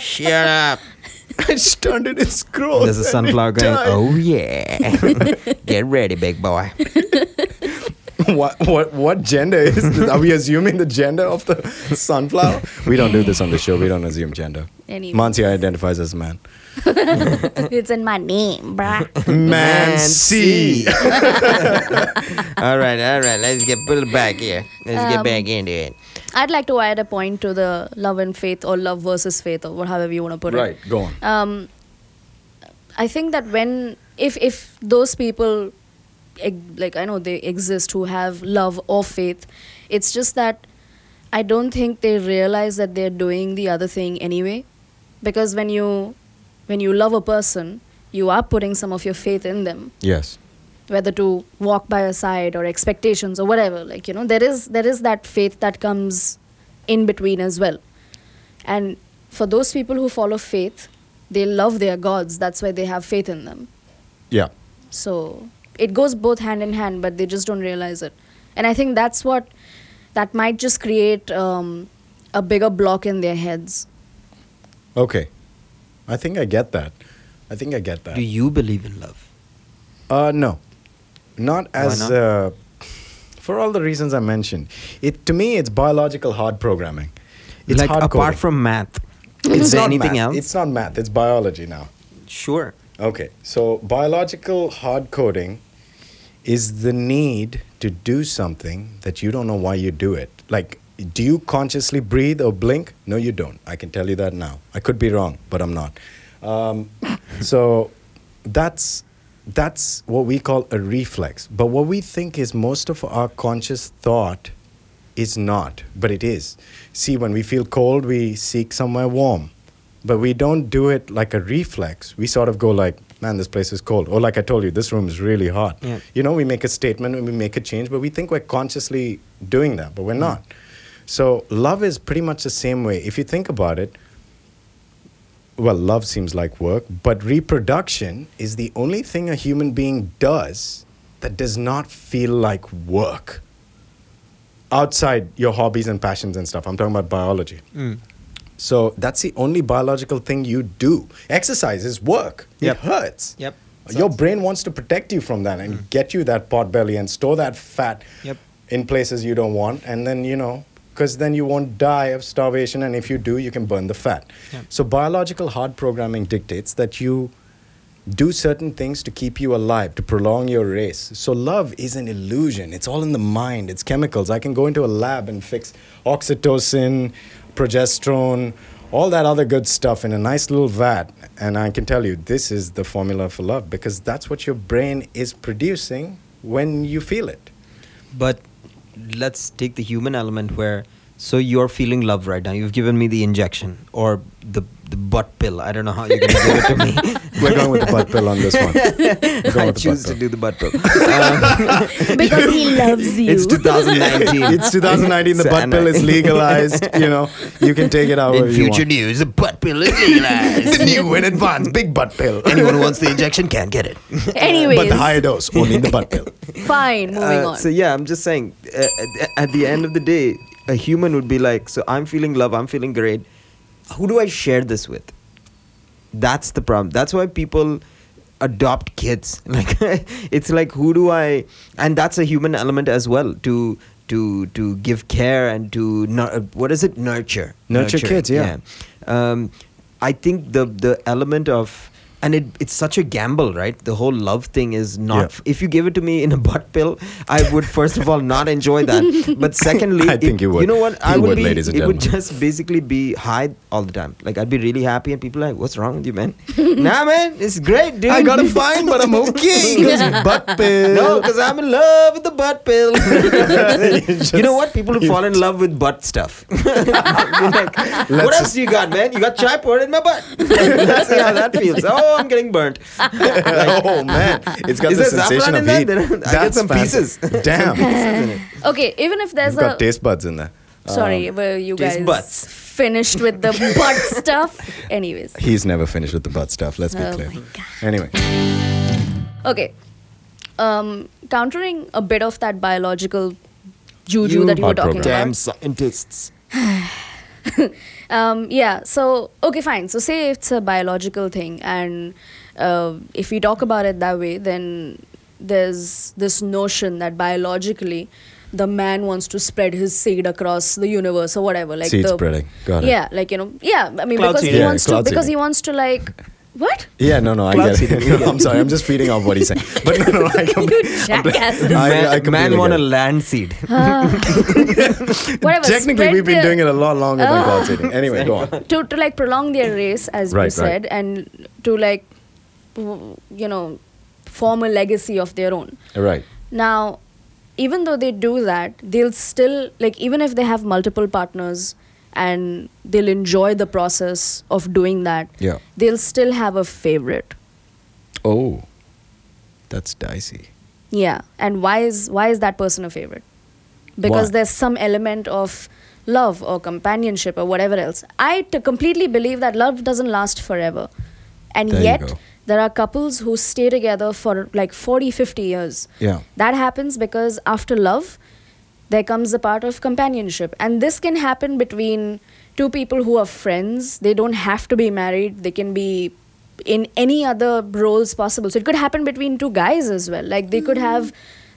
Speaker 5: Shut up. I just turned it its growth.
Speaker 6: There's a
Speaker 5: and it
Speaker 6: sunflower going,
Speaker 5: died.
Speaker 6: oh yeah. Get ready, big boy.
Speaker 5: What, what, what gender is this? Are we assuming the gender of the sunflower? We don't do this on the show. We don't assume gender.
Speaker 4: Anyway.
Speaker 5: Mansi identifies as man.
Speaker 4: it's in my name, bruh.
Speaker 5: Mansi.
Speaker 6: all right, all right. Let's get pulled back here. Let's get
Speaker 4: Um,
Speaker 6: back into it.
Speaker 4: I'd like to add a point to the love and faith or love versus faith or however you want to put it.
Speaker 5: Right, go on.
Speaker 4: um, I think that when if if those people ex- like I know they exist who have love or faith, it's just that I don't think they realize that they're doing the other thing anyway, because when you when you love a person, you are putting some of your faith in them,
Speaker 5: Yes.
Speaker 4: whether to walk by your side or expectations or whatever. Like you know, there is there is that faith that comes in between as well. And for those people who follow faith, they love their gods. That's why they have faith in them.
Speaker 5: Yeah.
Speaker 4: So it goes both hand in hand, but they just don't realize it. And I think that's what that might just create um, a bigger block in their heads.
Speaker 5: Okay. I think I get that. I think I get that.
Speaker 6: Do you believe in love?
Speaker 5: Uh, no, not as
Speaker 6: not?
Speaker 5: Uh, for all the reasons I mentioned. It to me, it's biological hard programming. It's
Speaker 6: like
Speaker 5: hard
Speaker 6: apart
Speaker 5: coding.
Speaker 6: from math,
Speaker 5: It's
Speaker 6: is there
Speaker 5: not
Speaker 6: anything
Speaker 5: math.
Speaker 6: else?
Speaker 5: It's not math. It's biology now.
Speaker 6: sure.
Speaker 5: Okay, so biological hard coding is the need to do something that you don't know why you do it. Like, do you consciously breathe or blink? No, you don't. I can tell you that now. I could be wrong, but I'm not. Um, so that's that's what we call a reflex. But what we think is most of our conscious thought is not, but it is. See, when we feel cold, we seek somewhere warm, but we don't do it like a reflex. We sort of go like, man, this place is cold. Or like I told you, this room is really hot.
Speaker 6: Yeah.
Speaker 5: You know, we make a statement and we make a change, but we think we're consciously doing that, but we're not. So love is pretty much the same way. If you think about it, well, love seems like work, but reproduction is the only thing a human being does that does not feel like work outside your hobbies and passions and stuff. I'm talking about biology.
Speaker 6: Mm.
Speaker 5: So that's the only biological thing you do. Exercise is work.
Speaker 6: Yep.
Speaker 5: It hurts.
Speaker 6: Yep. Mm.
Speaker 5: Your brain wants to protect you from that and get you that pot belly and store that fat
Speaker 6: Yep.
Speaker 5: in places you don't want. And then, you know, because then you won't die of starvation. And if you do, you can burn the fat.
Speaker 6: Yep.
Speaker 5: So biological hard programming dictates that you do certain things to keep you alive, to prolong your race. So, love is an illusion. It's all in the mind, it's chemicals. I can go into a lab and fix oxytocin, progesterone, all that other good stuff in a nice little vat. And I can tell you, this is the formula for love because that's what your brain is producing when you feel it.
Speaker 6: But let's take the human element where so you're feeling love right now. You've given me the injection or the the butt pill. I don't know how you're gonna give it to me.
Speaker 5: We're going with the butt pill on this one. We're going
Speaker 6: I
Speaker 5: with the
Speaker 6: choose
Speaker 5: butt
Speaker 6: to
Speaker 5: pill.
Speaker 6: do the butt pill. Um,
Speaker 4: Because he loves you.
Speaker 6: it's 2019.
Speaker 5: it's 2019. The
Speaker 6: So,
Speaker 5: butt
Speaker 6: and
Speaker 5: pill
Speaker 6: I-
Speaker 5: is legalized. You know, you can take it however
Speaker 6: In
Speaker 5: you
Speaker 6: future
Speaker 5: want.
Speaker 6: news, the butt pill is legalized.
Speaker 5: the new in advance big butt pill.
Speaker 6: Anyone who wants the injection can get it.
Speaker 4: Anyways,
Speaker 5: But the Uh, higher dose, only the butt pill.
Speaker 4: fine, moving on.
Speaker 6: Uh, So yeah, I'm just saying. Uh, at- at the end of the day, a human would be like, so I'm feeling love. I'm feeling great. Who do I share this with? That's the problem. That's why people adopt kids. Like it's like who do I? And that's a human element as well to to to give care and to nur- what is it nurture
Speaker 5: Nurture kids, yeah.
Speaker 6: Um, I think the the element of and it, it's such a gamble, right? The whole love thing is not.
Speaker 5: Yeah.
Speaker 6: If you give it to me in a butt pill, I would first of all not enjoy that. But secondly,
Speaker 5: I think
Speaker 6: it-
Speaker 5: you would.
Speaker 6: You know what? I
Speaker 5: You
Speaker 6: would,
Speaker 5: would,
Speaker 6: be.
Speaker 5: ladies and
Speaker 6: it would
Speaker 5: gentlemen.
Speaker 6: just basically be high all the time. Like I'd be really happy, and people are like, "What's wrong with you, man?" nah, man, it's great, dude.
Speaker 5: I got a fine, but I'm okay. 'cause butt pill.
Speaker 6: No, because I'm in love with the butt pill. you know what? People who fall in love with butt stuff. They're like, what else do you got, man? You got chai poured in my butt. Let's see how that feels. Oh, I'm getting burnt.
Speaker 5: oh man, it's got
Speaker 6: Is
Speaker 5: the
Speaker 6: there saffron
Speaker 5: sensation
Speaker 6: in
Speaker 5: of
Speaker 6: that?
Speaker 5: heat.
Speaker 6: Then I get some
Speaker 5: fantastic.
Speaker 6: pieces.
Speaker 5: Damn,
Speaker 4: Okay, even if there's
Speaker 5: it's got
Speaker 4: a
Speaker 5: taste buds in there.
Speaker 4: sorry,
Speaker 5: Um,
Speaker 4: were you
Speaker 6: taste
Speaker 4: guys
Speaker 6: buds.
Speaker 4: finished with the butt stuff? Anyways,
Speaker 5: He's never finished with the butt stuff. Let's be
Speaker 4: Oh
Speaker 5: clear.
Speaker 4: my
Speaker 5: Anyway,
Speaker 4: okay. Um, countering a bit of that biological juju that you were
Speaker 5: Hard
Speaker 4: talking
Speaker 5: program.
Speaker 4: about.
Speaker 6: scientists.
Speaker 4: um, yeah so okay fine so say it's a biological thing and uh, if we talk about it that way then there's this notion that biologically the man wants to spread his seed across the universe or whatever like
Speaker 5: Seed
Speaker 4: the,
Speaker 5: spreading. Got it.
Speaker 4: yeah like you know yeah i mean
Speaker 2: Cloud
Speaker 4: because he
Speaker 2: seeding.
Speaker 5: Yeah,
Speaker 4: wants to
Speaker 5: cloud
Speaker 4: because he
Speaker 5: seeding.
Speaker 4: wants to like what
Speaker 5: yeah, no, no, I
Speaker 6: Cloud
Speaker 5: get
Speaker 6: seeding,
Speaker 5: it. No, I'm sorry, I'm just feeding off what he's saying. But no, no, I completely.
Speaker 4: you jackass
Speaker 5: I-
Speaker 6: man,
Speaker 5: I completely
Speaker 6: man want
Speaker 5: get
Speaker 6: a
Speaker 5: it.
Speaker 6: land seed.
Speaker 4: whatever
Speaker 5: Technically,
Speaker 4: spread Oh.
Speaker 5: we've been
Speaker 4: the-
Speaker 5: doing it a lot longer than cloud seeding. Anyway, go on.
Speaker 4: to, to like prolong their race as you
Speaker 5: Right, right.
Speaker 4: said and to like w- you know form a legacy of their own
Speaker 5: Right.
Speaker 4: Now, even though they do that, they'll still, like, even if they have multiple partners and they'll enjoy the process of doing that,
Speaker 5: Yeah.
Speaker 4: they'll still have a favorite.
Speaker 5: Oh, that's dicey.
Speaker 4: Yeah. And why is why is that person a favorite? Because
Speaker 5: Why?
Speaker 4: there's some element of love or companionship or whatever else. I t- completely believe that love doesn't last forever. And
Speaker 5: There you
Speaker 4: yet
Speaker 5: go.
Speaker 4: there are couples who stay together for like 40 50 years.
Speaker 5: Yeah.
Speaker 4: That happens because after love there comes the part of companionship and this can happen between two people who are friends. They don't have to be married. They can be in any other roles possible. So it could happen between two guys as well. Like they could have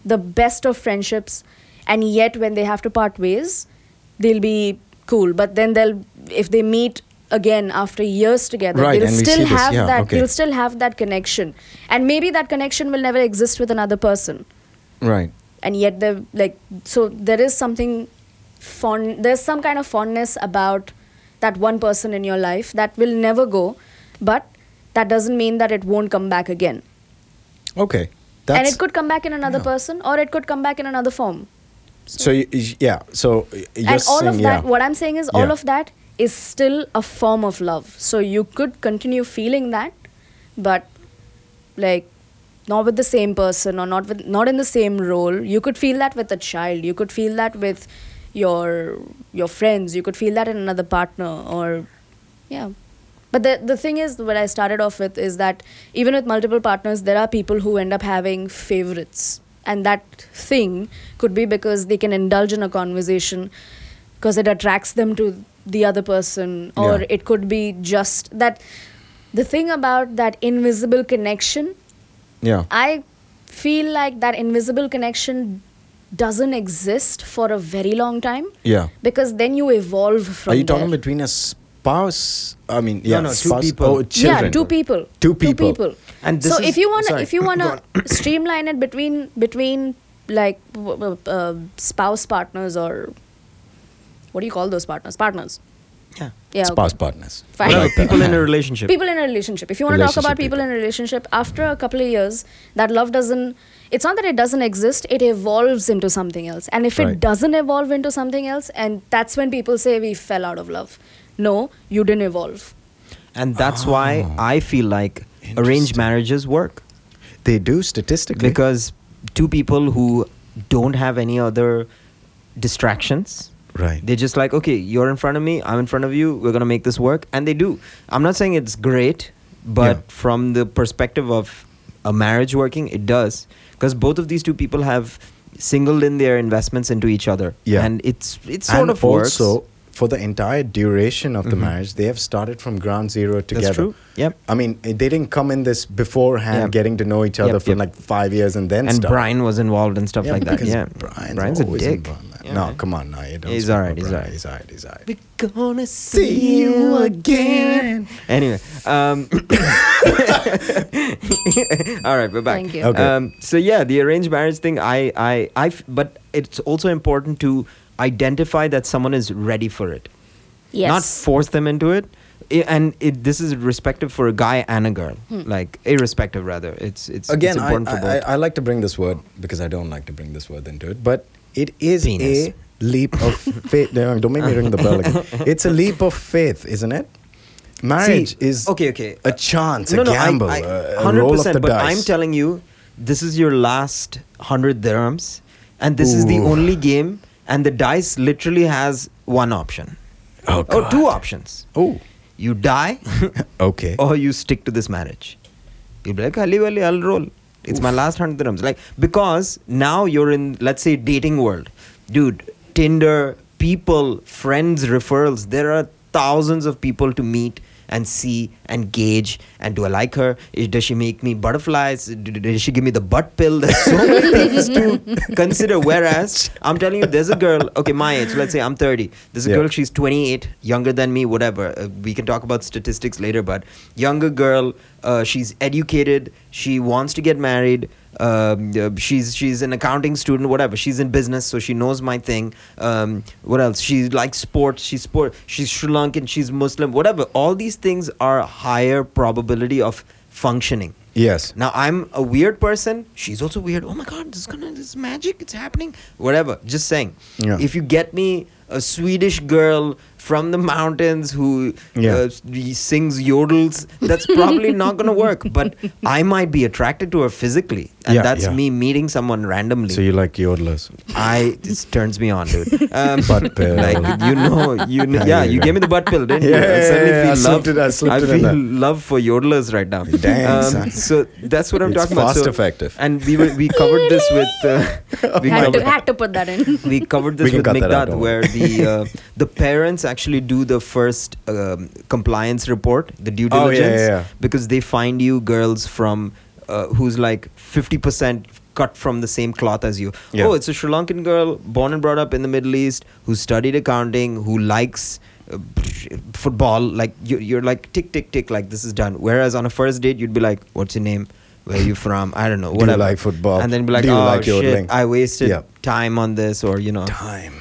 Speaker 4: the best of friendships, and yet when they have to part ways, they'll be cool. But then they'll if they meet again after years together,
Speaker 5: Right,
Speaker 4: they'll
Speaker 5: and we
Speaker 4: still
Speaker 5: see this.
Speaker 4: have
Speaker 5: Yeah,
Speaker 4: that.
Speaker 5: okay.
Speaker 4: They'll still have that connection, and maybe that connection will never exist with another person
Speaker 5: Right.
Speaker 4: and yet they're like so there is something fond there's some kind of fondness about that one person in your life that will never go but that doesn't mean that it won't come back again
Speaker 5: Okay. That's
Speaker 4: and it could come back in another
Speaker 5: yeah.
Speaker 4: person or it could come back in another form
Speaker 5: So y- y- yeah, so y- you're
Speaker 4: and all
Speaker 5: saying,
Speaker 4: of
Speaker 5: yeah.
Speaker 4: that what i'm saying is all
Speaker 5: Yeah.
Speaker 4: of that is still a form of love so you could continue feeling that but like not with the same person or not with not in the same role you could feel that with a child you could feel that with your your friends you could feel that in another partner or yeah but the the thing is what i started off with is that even with multiple partners there are people who end up having favorites and that thing could be because they can indulge in a conversation because it attracts them to the other person or
Speaker 5: Yeah.
Speaker 4: it could be just that the thing about that invisible connection
Speaker 5: yeah.
Speaker 4: I feel like that invisible connection doesn't exist for a very long time.
Speaker 5: Yeah.
Speaker 4: Because then you evolve from.
Speaker 5: Are you talking
Speaker 4: there.
Speaker 5: between a spouse? I mean, yeah,
Speaker 6: no, two
Speaker 5: spouse,
Speaker 6: people.
Speaker 5: Oh, children.
Speaker 4: Yeah, two people.
Speaker 5: Two people.
Speaker 6: And
Speaker 4: so
Speaker 6: this is-
Speaker 4: if you wanna
Speaker 6: sorry,
Speaker 4: if you
Speaker 6: go
Speaker 4: wanna streamline it between between like w- w- uh, spouse partners or what do you call those partners? Partners.
Speaker 6: Yeah.
Speaker 4: Yeah. okay.
Speaker 5: Spouse partners.
Speaker 4: Fine.
Speaker 5: I
Speaker 4: No,
Speaker 5: like that.
Speaker 6: people in a relationship.
Speaker 4: people in a relationship if you want to talk
Speaker 5: Relationship
Speaker 4: about people, in a relationship after a couple of years that love doesn't it's not that it doesn't exist it evolves into something else and if
Speaker 5: Right.
Speaker 4: it doesn't evolve into something else and that's when people say we fell out of love no you didn't evolve
Speaker 6: And that's why I feel like arranged
Speaker 5: Interesting.
Speaker 6: marriages work.
Speaker 5: They do statistically.
Speaker 6: Because two people who don't have any other distractions.
Speaker 5: Right.
Speaker 6: They're just like, okay, you're in front of me, I'm in front of you, we're going to make this work. And they do. I'm not saying it's great, but
Speaker 5: Yeah.
Speaker 6: from the perspective of a marriage working, it does. Because both of these two people have singled in their investments into each other.
Speaker 5: Yeah.
Speaker 6: And it's, it sort
Speaker 5: and
Speaker 6: of works. Mm-hmm.
Speaker 5: also for the entire duration of the marriage, they have started from ground zero together.
Speaker 6: true. Yep.
Speaker 5: I mean, eh, they didn't come in this beforehand,
Speaker 6: Yep.
Speaker 5: getting to know each other
Speaker 6: Yep,
Speaker 5: for
Speaker 6: yep.
Speaker 5: like five years and then
Speaker 6: and
Speaker 5: start.
Speaker 6: Brian was involved and stuff
Speaker 5: yeah,
Speaker 6: like that.
Speaker 5: because
Speaker 6: Yeah,
Speaker 5: Brian's,
Speaker 6: Brian's a
Speaker 5: always
Speaker 6: dick.
Speaker 5: involved in that.
Speaker 6: Yeah,
Speaker 5: no,
Speaker 6: man.
Speaker 5: come on, no, you don't.
Speaker 6: He's
Speaker 5: speak
Speaker 6: alright,
Speaker 5: about
Speaker 6: he's
Speaker 5: Brian.
Speaker 6: alright.
Speaker 5: He's alright. He's alright.
Speaker 6: We're gonna see you again. Anyway, um, all right, we're back.
Speaker 4: Thank you.
Speaker 5: Okay.
Speaker 6: Um, so yeah, the arranged marriage thing, I, I, I, f- but it's also important to identify that someone is ready for it,
Speaker 4: Yes.
Speaker 6: not force them into it. I- and it, this is respective for a guy and a girl,
Speaker 4: Hmm.
Speaker 6: like irrespective rather. It's it's
Speaker 5: Again,
Speaker 6: it's
Speaker 5: I,
Speaker 6: important for both.
Speaker 5: I, I, I like to bring this word because I don't like to bring this word into it, but it is
Speaker 6: Penis.
Speaker 5: a leap of faith. No, don't make me ring the bell again. It's a leap of faith, isn't it? Marriage
Speaker 6: See,
Speaker 5: is
Speaker 6: okay, okay.
Speaker 5: a chance, a
Speaker 6: no,
Speaker 5: gamble,
Speaker 6: no, I, I,
Speaker 5: a- a
Speaker 6: 100%,
Speaker 5: roll of the
Speaker 6: but
Speaker 5: dice.
Speaker 6: I'm telling you, this is your last 100 dirhams, and this is the
Speaker 5: Ooh.
Speaker 6: only game, and the dice literally has one option.
Speaker 5: Oh,
Speaker 6: or two
Speaker 5: God.
Speaker 6: options.
Speaker 5: Oh,
Speaker 6: You die,
Speaker 5: okay.
Speaker 6: or you stick to this marriage. You'll be like, Ali, Ali, I'll roll. It's my last 100 dirhams. Like, because now you're in, let's say, dating world. Dude, Tinder, people, friends, referrals, there are thousands of people to meet and see and gauge and do I like her? Is- Does she make me butterflies? D- d- Does she give me the butt pill? There's so many things to consider. Whereas I'm telling you, there's a girl, okay, my age, let's say I'm 30. There's a
Speaker 5: Yeah.
Speaker 6: girl, she's 28, younger than me, whatever. Uh, we can talk about statistics later, but younger girl, uh, she's educated, she wants to get married. Um, uh, she's she's an accounting student, whatever. She's in business, so she knows my thing. Um, what else? She likes sports. She's sport. She's Sri Lankan. She's Muslim. Whatever. All these things are higher probability of functioning.
Speaker 5: Yes.
Speaker 6: Now I'm a weird person. She's also weird. Oh my god, this is gonna this is magic. It's happening. Whatever. Just saying.
Speaker 5: Yeah.
Speaker 6: If you get me a Swedish girl from the mountains who
Speaker 5: Yeah.
Speaker 6: uh, s- sings yodels, that's probably not gonna work. But I might be attracted to her physically, and
Speaker 5: Yeah,
Speaker 6: that's
Speaker 5: yeah.
Speaker 6: me meeting someone randomly.
Speaker 5: So you like yodelers?
Speaker 6: I it turns me on, dude. Um,
Speaker 5: Butt pill.
Speaker 6: Like you know, you know,
Speaker 5: There
Speaker 6: yeah.
Speaker 5: you
Speaker 6: You
Speaker 5: go.
Speaker 6: gave me the butt pill, didn't you?
Speaker 5: Yeah, yeah,
Speaker 6: suddenly
Speaker 5: yeah, yeah, I
Speaker 6: feel
Speaker 5: slipped it- I slipped it in
Speaker 6: feel
Speaker 5: there.
Speaker 6: love for yodelers right now.
Speaker 5: Damn, son.
Speaker 6: Um, So that's what I'm
Speaker 5: It's
Speaker 6: talking about.
Speaker 5: fast
Speaker 6: So-
Speaker 5: effective.
Speaker 6: And we were, we covered this with uh, we
Speaker 4: had, to,
Speaker 6: covered
Speaker 4: had to put that in.
Speaker 6: we covered
Speaker 5: We can
Speaker 6: this with
Speaker 5: cut that out,
Speaker 6: Migdad,
Speaker 5: don't
Speaker 6: where the uh, the parents actually do the first um, compliance report, the due
Speaker 5: Oh, yeah,
Speaker 6: diligence,
Speaker 5: yeah, yeah.
Speaker 6: because they find you girls from uh, who's like fifty percent cut from the same cloth as you.
Speaker 5: Yeah.
Speaker 6: Oh, it's a Sri Lankan girl, born and brought up in the Middle East, who studied accounting, who likes. uh, Football, like you, you're like tick tick tick, like this is done. Whereas on a first date, you'd be like, "What's your name? Where you from? I don't know.
Speaker 5: Do you
Speaker 6: Whatever."
Speaker 5: like football?
Speaker 6: And then be like,
Speaker 5: Do you
Speaker 6: "Oh
Speaker 5: like yodeling?"
Speaker 6: shit, I wasted
Speaker 5: Yeah.
Speaker 6: time on this or you know
Speaker 5: Time.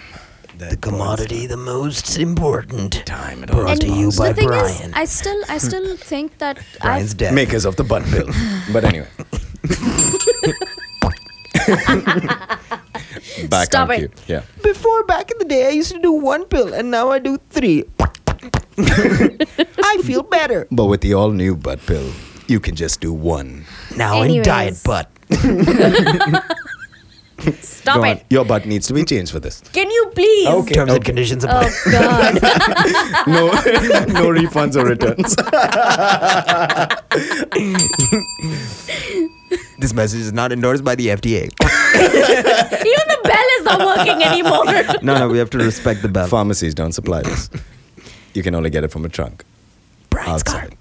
Speaker 6: the commodity the most important
Speaker 5: Time at all
Speaker 6: brought to you
Speaker 5: costs.
Speaker 6: by
Speaker 4: the thing
Speaker 6: brian
Speaker 4: is, I still, I still think that
Speaker 6: brian's
Speaker 4: I've,
Speaker 6: death
Speaker 5: Makers of the butt pill. But anyway. Back
Speaker 4: Stop
Speaker 5: on
Speaker 4: it.
Speaker 5: cue. Yeah.
Speaker 6: before back in the day i used to do one pill and now i do three i feel better
Speaker 5: But with the all new butt pill, you can just do one.
Speaker 6: now in
Speaker 4: Anyways.
Speaker 6: diet butt
Speaker 4: stop
Speaker 6: Go on.
Speaker 4: it.
Speaker 5: Your butt needs to be changed for this.
Speaker 4: Can you please?
Speaker 5: Okay.
Speaker 6: terms and conditions apply
Speaker 4: Oh God.
Speaker 5: No, no refunds or returns.
Speaker 6: this message is not endorsed by the fda
Speaker 4: Even the bell is not working anymore.
Speaker 6: no no we have to respect the bell
Speaker 5: Pharmacies don't supply this. You can only get it from a trunk.
Speaker 6: Brian's
Speaker 5: outside.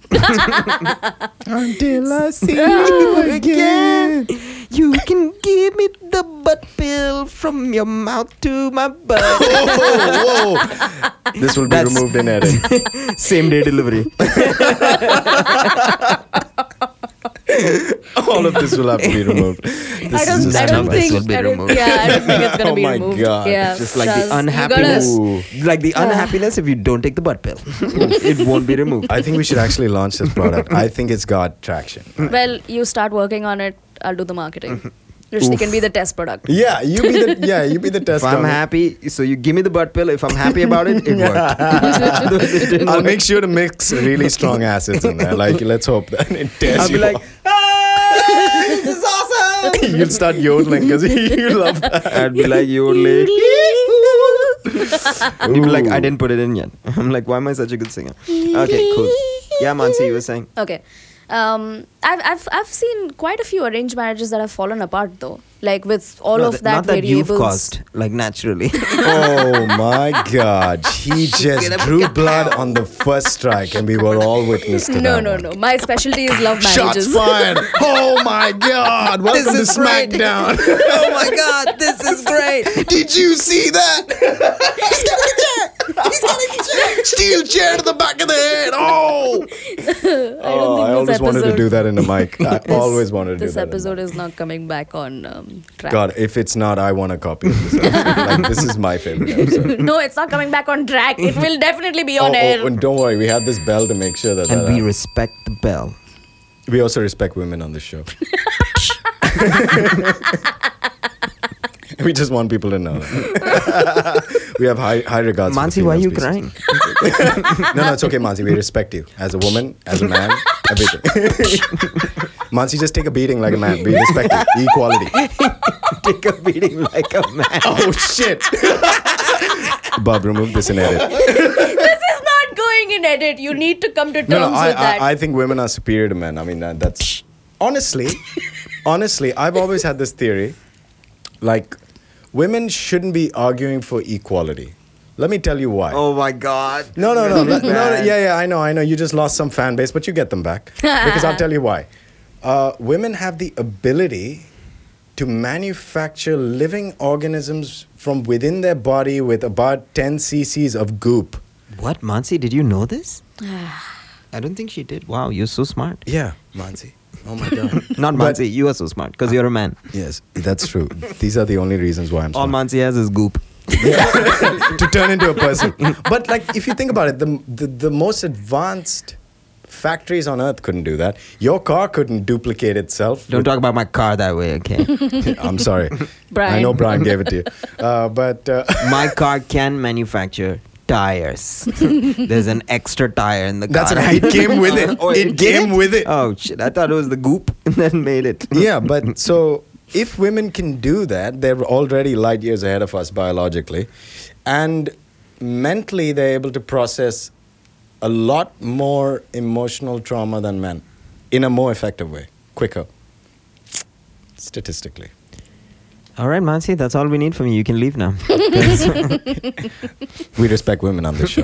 Speaker 5: Until I see you
Speaker 6: again. You can give me the butt pill from your mouth to my butt.
Speaker 5: Whoa, whoa. This will be
Speaker 6: That's-
Speaker 5: removed in edit.
Speaker 6: Same day delivery.
Speaker 5: All of this will have to be removed. This
Speaker 4: I
Speaker 5: is
Speaker 4: don't,
Speaker 5: just
Speaker 4: I don't
Speaker 5: numbers.
Speaker 4: think. I don't, yeah, I don't think it's gonna
Speaker 5: Oh
Speaker 4: be
Speaker 5: my
Speaker 4: removed.
Speaker 5: God.
Speaker 4: Yeah,
Speaker 6: Just like
Speaker 4: Charles,
Speaker 6: the
Speaker 4: you gotta-
Speaker 6: unhappiness,
Speaker 5: Ooh.
Speaker 6: like the unhappiness if you don't take the butt pill, it won't be removed.
Speaker 5: I think we should actually launch this product. I think it's got traction.
Speaker 4: Well, you start working on it. I'll do the marketing. Rishni can be the test product.
Speaker 5: Yeah, you be the yeah, you be the
Speaker 6: If
Speaker 5: test.
Speaker 6: I'm
Speaker 5: dummy.
Speaker 6: happy, so you give me the butt pill. If I'm happy about it, it worked. Those it didn't
Speaker 5: I'll
Speaker 6: work.
Speaker 5: make sure to mix really strong acids in there. Like, let's hope that it tears
Speaker 6: I'll be
Speaker 5: you
Speaker 6: like,
Speaker 5: off.
Speaker 6: "Ah, this is awesome.
Speaker 5: You'll start yodeling because you love that.
Speaker 6: I'd be like, you're late. You'd be like, I didn't put it in yet. I'm like, why am I such a good singer? Okay, cool. Yeah, Mansi, you were saying.
Speaker 4: Okay. Um, I've, I've I've seen quite a few arranged marriages that have fallen apart though, like with all
Speaker 6: No,
Speaker 4: of
Speaker 6: th-
Speaker 4: that
Speaker 6: not that
Speaker 4: variables.
Speaker 6: you've caused, like naturally.
Speaker 5: oh my God! He just drew blood on the first strike, and we were all witness to
Speaker 4: No,
Speaker 5: that
Speaker 4: no,
Speaker 5: one.
Speaker 4: no. My specialty is love
Speaker 5: Shots
Speaker 4: marriages.
Speaker 5: fired! Oh my God! Welcome
Speaker 6: is
Speaker 5: to
Speaker 6: great.
Speaker 5: SmackDown.
Speaker 6: oh my god, this is great.
Speaker 5: Did you see that? He's got a chair. He's got a chair. Steel chair to the back of the head.
Speaker 4: I
Speaker 5: Oh.
Speaker 4: don't think
Speaker 5: I
Speaker 4: this
Speaker 5: always
Speaker 4: episode,
Speaker 5: wanted to do that in a mic. I always wanted to do
Speaker 4: This
Speaker 5: that. in a
Speaker 4: episode
Speaker 5: mic.
Speaker 4: is not coming back on um, track.
Speaker 5: God, if it's not, I want a copy of this. episode. like, this is my favorite episode.
Speaker 4: no, it's not coming back on track. It will definitely be
Speaker 5: Oh,
Speaker 4: on air.
Speaker 5: oh, and don't worry, we have this bell to make sure that,
Speaker 6: And
Speaker 5: that
Speaker 6: we
Speaker 5: hap-
Speaker 6: respect the bell.
Speaker 5: we also respect women on this show. we just want people to know. we have high high regards. for the
Speaker 6: Mansi, why are
Speaker 5: female
Speaker 6: you
Speaker 5: species.
Speaker 6: crying?
Speaker 5: no, no, it's okay, Mansi. We respect you as a woman, as a man, everything. Mansi, just take a beating like a man. We respect you. Equality.
Speaker 6: Take a beating like a man.
Speaker 5: Oh shit. Bob, remove this and edit.
Speaker 4: this is not going in edit. You need to come to terms
Speaker 5: No, no,
Speaker 4: with
Speaker 5: I,
Speaker 4: that.
Speaker 5: I, I think women are superior to men. I mean, that, that's honestly, honestly, I've always had this theory, like, women shouldn't be arguing for equality. Let me tell you why.
Speaker 6: Oh my god.
Speaker 5: No, no, no,
Speaker 6: This
Speaker 5: no, no,
Speaker 6: is bad.
Speaker 5: Yeah, yeah, I know, I know. You just lost some fan base, but you get them back because I'll tell you why. Uh, women have the ability to manufacture living organisms from within their body with about 10 cc's of goop.
Speaker 6: What, Mansi? Did you know this? I don't think she did. Wow, you're so smart.
Speaker 5: Yeah, Mansi. Oh my god.
Speaker 6: Not
Speaker 5: But-
Speaker 6: Mansi, you are so smart because you're a man.
Speaker 5: Yes, that's true. These are the only reasons why I'm
Speaker 6: All
Speaker 5: smart.
Speaker 6: Mansi has is goop.
Speaker 5: to turn into a person. But like, if you think about it, the, the the most advanced factories on Earth couldn't do that. Your car couldn't duplicate itself.
Speaker 6: Don't talk about my car that way, okay?
Speaker 5: I'm sorry,
Speaker 4: Brian.
Speaker 5: I know Brian gave it to you, uh, but uh,
Speaker 6: my car can manufacture tires. There's an extra tire in the car.
Speaker 5: That's right, it came with it.
Speaker 6: Oh,
Speaker 5: It
Speaker 6: did
Speaker 5: came with it.
Speaker 6: Oh shit! I thought it was the goop that made it.
Speaker 5: yeah, but so if women can do that, they're already light years ahead of us biologically, and mentally they're able to process a lot more emotional trauma than men in a more effective way, quicker, statistically.
Speaker 6: All right, Mansi, that's all we need from you. You can leave now.
Speaker 5: We respect women on this show.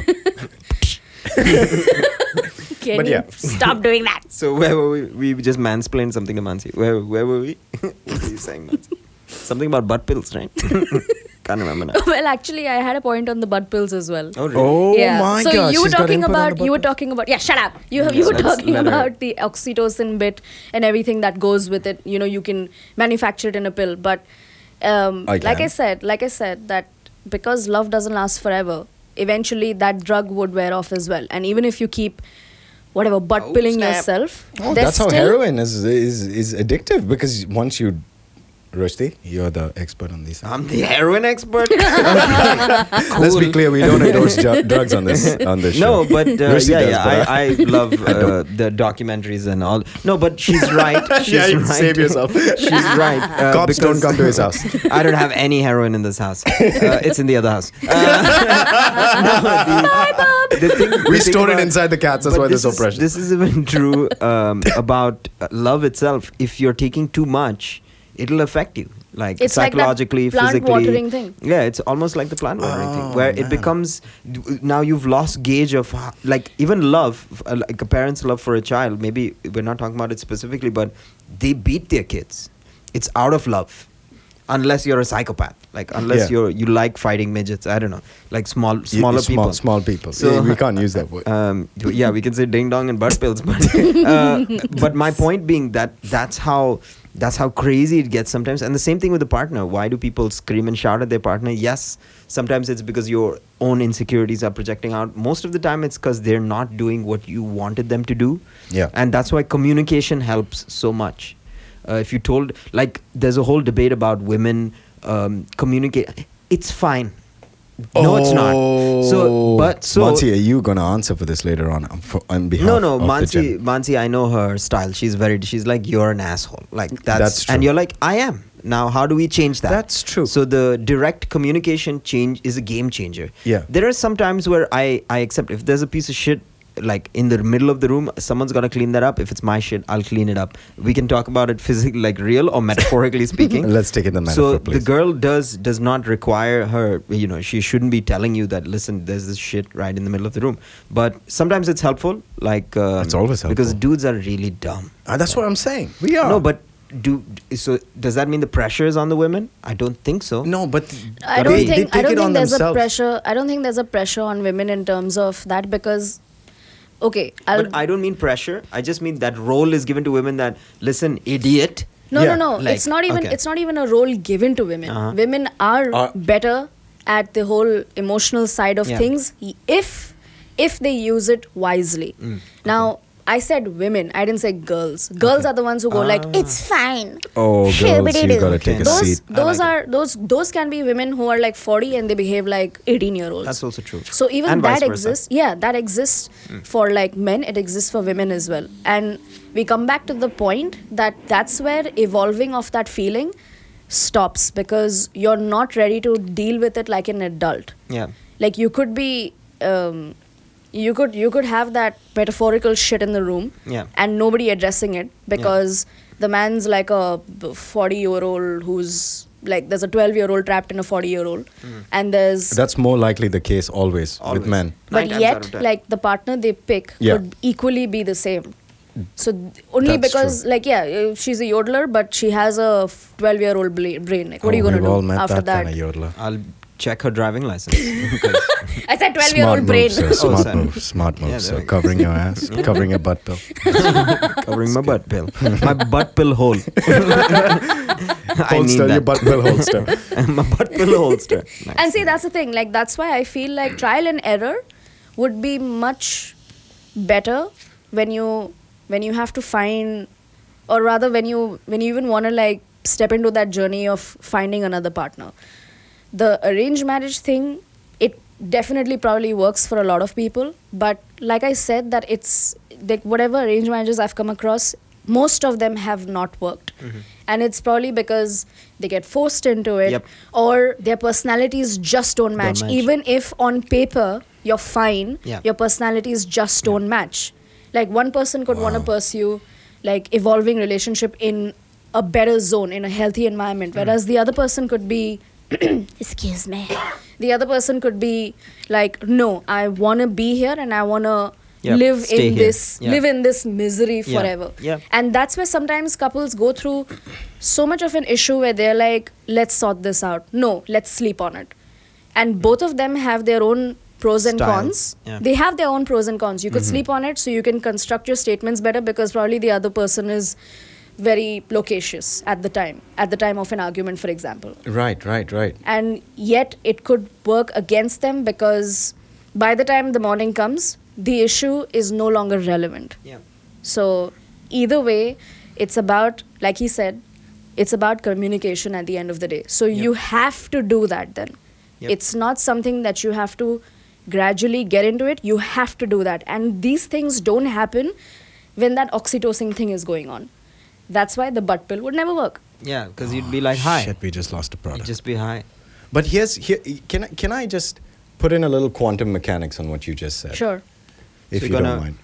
Speaker 4: Can
Speaker 5: but
Speaker 4: you
Speaker 5: yeah.
Speaker 4: stop doing that?
Speaker 6: so where were we? We just mansplained something to Mansi. Where where were we? what were you saying, Mansi? Something about butt pills, right? Can't remember now.
Speaker 4: well, actually, I had a point on the butt pills as well.
Speaker 6: Oh, really?
Speaker 5: Oh my
Speaker 4: so
Speaker 5: gosh!
Speaker 4: you were
Speaker 5: she's got
Speaker 4: talking
Speaker 5: input on
Speaker 4: about
Speaker 5: the
Speaker 4: you were
Speaker 5: button. Mm,
Speaker 4: talking about yeah shut up you have you were
Speaker 6: Let's
Speaker 4: talking
Speaker 6: let her-
Speaker 4: about the oxytocin bit and everything that goes with it you know you can manufacture it in a pill but um,
Speaker 5: I
Speaker 4: like I
Speaker 5: can.
Speaker 4: said like I said that because love doesn't last forever eventually that drug would wear off as well and even if you keep whatever butt
Speaker 6: Oh,
Speaker 4: pilling
Speaker 6: snap.
Speaker 4: yourself
Speaker 5: Oh,
Speaker 4: there's
Speaker 5: that's how
Speaker 4: still-
Speaker 5: heroin is, is is addictive because once you, Rushdie, you're the expert on these. things.
Speaker 6: I'm the heroin expert.
Speaker 5: Let's be clear, we don't endorse ju- drugs on this on this show.
Speaker 6: No, but uh, yeah,
Speaker 5: Rushdie does,
Speaker 6: yeah,
Speaker 5: but
Speaker 6: I, I love uh, the documentaries and all. No, but she's right. She's
Speaker 5: yeah, you
Speaker 6: right.
Speaker 5: save yourself.
Speaker 6: She's right. uh,
Speaker 5: Cops don't
Speaker 6: because-
Speaker 5: come to his house.
Speaker 6: I don't have any heroin in this house. Uh, it's in the other house. Uh, no, the- the thing- the
Speaker 5: We
Speaker 6: thing
Speaker 5: stored it
Speaker 6: about-
Speaker 5: inside the cats. That's
Speaker 6: but
Speaker 5: why they're
Speaker 6: this
Speaker 5: so
Speaker 6: is-
Speaker 5: precious.
Speaker 6: This is even true um, about uh, love itself. If you're taking too much, it'll affect you, like
Speaker 4: It's like that
Speaker 6: psychologically,
Speaker 4: plant
Speaker 6: physically.
Speaker 4: watering thing.
Speaker 6: Yeah, it's almost like the plant watering thing,
Speaker 5: Oh,
Speaker 6: where it
Speaker 5: man.
Speaker 6: becomes now you've lost gauge of ho- like even love, f- uh, like a parent's love for a child. Maybe we're not talking about it specifically, but they beat their kids. It's out of love. Unless you're a psychopath, like unless
Speaker 5: Yeah.
Speaker 6: you're you like fighting midgets, I don't know, like small smaller
Speaker 5: small,
Speaker 6: people,
Speaker 5: Small people.
Speaker 6: So-
Speaker 5: we can't use that word.
Speaker 6: um, d- yeah, we can say ding dong and butt pills, but uh, but my point being that that's how that's how crazy it gets sometimes. And the same thing with the partner. Why do people scream and shout at their partner? Yes, sometimes it's because your own insecurities are projecting out. Most of the time, it's because they're not doing what you wanted them to do.
Speaker 5: Yeah.
Speaker 6: and that's why communication helps so much. Uh, if you told, like, there's a whole debate about women um, communicate. It's fine. No, it's not. So, but so
Speaker 5: Mansi, Oh. are you gonna answer for this later on um, for, on behalf?
Speaker 6: no, no,
Speaker 5: of the
Speaker 6: Mansi,
Speaker 5: gen-
Speaker 6: Mansi, I know her style. She's very. She's like you're an asshole. Like that's,
Speaker 5: That's true.
Speaker 6: and you're like I am. Now, how do we change that?
Speaker 5: That's true.
Speaker 6: So the direct communication change is a game changer.
Speaker 5: Yeah.
Speaker 6: There are some times where I I accept if there's a piece of shit like in the middle of the room someone's gonna clean that up if it's my shit i'll clean it up we can talk about it physically like real or metaphorically speaking
Speaker 5: Let's take it the
Speaker 6: so
Speaker 5: metaphor,
Speaker 6: the
Speaker 5: please.
Speaker 6: girl does does not require her you know she shouldn't be telling you that listen there's this shit right in the middle of the room but sometimes it's helpful like um,
Speaker 5: It's always
Speaker 6: because
Speaker 5: helpful.
Speaker 6: dudes are really dumb
Speaker 5: Ah, that's what I'm saying. We are.
Speaker 6: no but do so does that mean the pressure is on the women i don't think so
Speaker 5: No, but
Speaker 4: I
Speaker 5: they-
Speaker 4: don't
Speaker 5: they
Speaker 4: think I
Speaker 5: take
Speaker 4: don't
Speaker 5: it on
Speaker 4: think there's
Speaker 5: themselves.
Speaker 4: a pressure. I don't think there's a pressure on women in terms of that because, okay, I'll,
Speaker 6: but I don't mean pressure. I just mean that role is given to women that listen, idiot.
Speaker 4: no
Speaker 5: yeah,
Speaker 4: no no.
Speaker 6: like,
Speaker 4: it's not even
Speaker 6: okay.
Speaker 4: it's not even a role given to women.
Speaker 6: Uh-huh.
Speaker 4: Women are
Speaker 5: Are-
Speaker 4: better at the whole emotional side of
Speaker 6: Yeah.
Speaker 4: things if if they use it wisely.
Speaker 6: Mm,
Speaker 4: Now. I said women. I didn't say girls. Girls are the ones who go like,
Speaker 6: Ah.
Speaker 4: "It's fine."
Speaker 5: Oh,
Speaker 4: Shibbity
Speaker 5: girls, you
Speaker 4: doo."
Speaker 5: gotta take a
Speaker 4: those,
Speaker 5: seat.
Speaker 6: I
Speaker 4: Those
Speaker 6: like
Speaker 4: are those those can be women who are like 40 and they behave like 18 year olds.
Speaker 6: That's also true.
Speaker 4: So even
Speaker 6: And vice
Speaker 4: that
Speaker 6: versa. Hmm.
Speaker 4: exists. Yeah, that exists for like men. It exists for women as well. And we come back to the point that that's where evolving of that feeling stops because you're not ready to deal with it like an adult.
Speaker 6: Yeah.
Speaker 4: Like you could be. Um, you could you could have that metaphorical shit in the room
Speaker 6: Yeah.
Speaker 4: and nobody addressing it because the man's like a 40 year old who's like there's a 12 year old trapped in a 40 year old
Speaker 6: Hmm.
Speaker 4: and there's
Speaker 5: That's more likely the case always,
Speaker 6: Always.
Speaker 5: with men.
Speaker 6: Nine
Speaker 4: but
Speaker 6: times out of
Speaker 4: yet
Speaker 6: ten.
Speaker 4: like the partner they pick
Speaker 5: Yeah.
Speaker 4: could equally be the same so th- only
Speaker 5: That's
Speaker 4: because like yeah uh, she's a yodeler but she has a 12 year old bla- brain like what are you
Speaker 5: Oh,
Speaker 4: going to
Speaker 5: we've
Speaker 4: do
Speaker 5: all met
Speaker 4: after
Speaker 5: that,
Speaker 4: that,
Speaker 5: kind of yodeler.
Speaker 6: I'll check her driving license. Because-
Speaker 4: i said 12 year
Speaker 5: Smart
Speaker 4: old
Speaker 5: move,
Speaker 4: brain
Speaker 5: sir.
Speaker 6: Oh,
Speaker 5: Smart
Speaker 6: sorry.
Speaker 5: move. Smart move,
Speaker 6: Yeah, there
Speaker 5: sir.
Speaker 6: we go.
Speaker 5: Covering your ass. covering your butt, though.
Speaker 6: covering my butt pill, my butt pill hole. I need
Speaker 5: Holster, your
Speaker 6: that.
Speaker 5: butt will holster.
Speaker 6: my butt pill holster. Nice. Mm.
Speaker 4: and see that's the thing like that's why i feel like trial and error would be much better when you when you have to find or rather when you when you even want to like step into that journey of finding another partner the arranged marriage thing it definitely probably works for a lot of people but like i said that it's like whatever arranged marriages i've come across most of them have not worked
Speaker 6: Mm-hmm.
Speaker 4: and it's probably because they get forced into it
Speaker 6: Yep.
Speaker 4: or their personalities just don't match.
Speaker 6: match.
Speaker 4: even if on paper you're fine
Speaker 6: Yeah.
Speaker 4: your personalities just don't match like one person could want to pursue like evolving relationship in a better zone in a healthy environment
Speaker 6: Hmm.
Speaker 4: whereas the other person could be excuse me the other person could be like no i want to be here and i want to
Speaker 6: Yeah,
Speaker 4: live
Speaker 6: stay
Speaker 4: in
Speaker 6: here.
Speaker 4: this
Speaker 6: Yeah.
Speaker 4: live in this misery
Speaker 6: Yeah,
Speaker 4: forever
Speaker 6: yeah.
Speaker 4: and that's where sometimes couples go through so much of an issue where they're like let's sort this out no let's sleep on it and both of them have their own pros and
Speaker 6: Styles,
Speaker 4: cons
Speaker 6: yeah. Mm-hmm.
Speaker 4: they have their own pros and cons you could sleep on it so you can construct your statements better because probably the other person is very loquacious at the time at the time of an argument for example
Speaker 5: right, right, right.
Speaker 4: and yet it could work against them because by the time the morning comes the issue is no longer relevant
Speaker 6: Yeah.
Speaker 4: so either way, it's about like he said, it's about communication at the end of the day. So you have to do that then.
Speaker 6: Yep.
Speaker 4: It's not something that you have to gradually get into it. You have to do that. And these things don't happen when that oxytocin thing is going on. That's why the butt pill would never work.
Speaker 6: Yeah, because you'd be like, hi.
Speaker 5: Oh, Shit, we just lost a
Speaker 6: You'd
Speaker 5: product.
Speaker 6: just be hi.
Speaker 5: But here's here. Can I, can I just put in a little quantum mechanics on what you just said?
Speaker 4: Sure.
Speaker 5: If
Speaker 6: So
Speaker 5: you
Speaker 6: you're gonna,
Speaker 5: don't mind.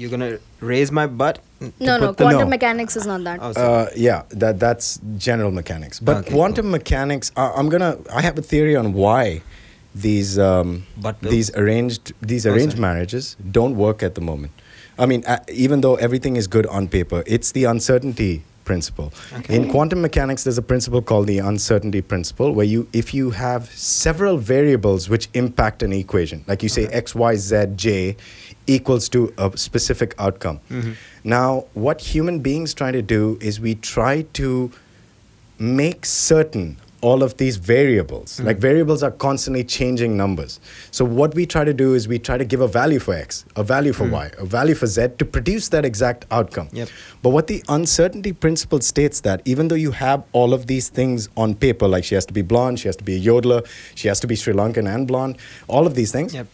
Speaker 6: You're gonna raise my butt. to
Speaker 4: No, no,
Speaker 6: put the-
Speaker 4: quantum
Speaker 5: no.
Speaker 4: mechanics is not that.
Speaker 6: Oh, sorry.
Speaker 5: Uh, yeah, that that's general mechanics. But
Speaker 6: Okay,
Speaker 5: quantum mechanics, I I'm gonna. I have a theory on why these um,
Speaker 6: But the-
Speaker 5: these arranged these
Speaker 6: Oh,
Speaker 5: arranged
Speaker 6: sorry.
Speaker 5: marriages don't work at the moment. I mean, uh, even though everything is good on paper, it's the uncertainty principle. In quantum mechanics, there's a principle called the uncertainty principle, where you if you have several variables which impact an equation, like you say x, y, z, j, equals to a specific outcome.
Speaker 6: Mm-hmm.
Speaker 5: Now, what human beings try to do is we try to make certain all of these variables like variables are constantly changing numbers so what we try to do is we try to give a value for x a value for y a value for z to produce that exact outcome
Speaker 6: Yep.
Speaker 5: but what the uncertainty principle states that even though you have all of these things on paper like she has to be blonde she has to be a yodeler she has to be sri lankan and blonde all of these things
Speaker 6: Yep.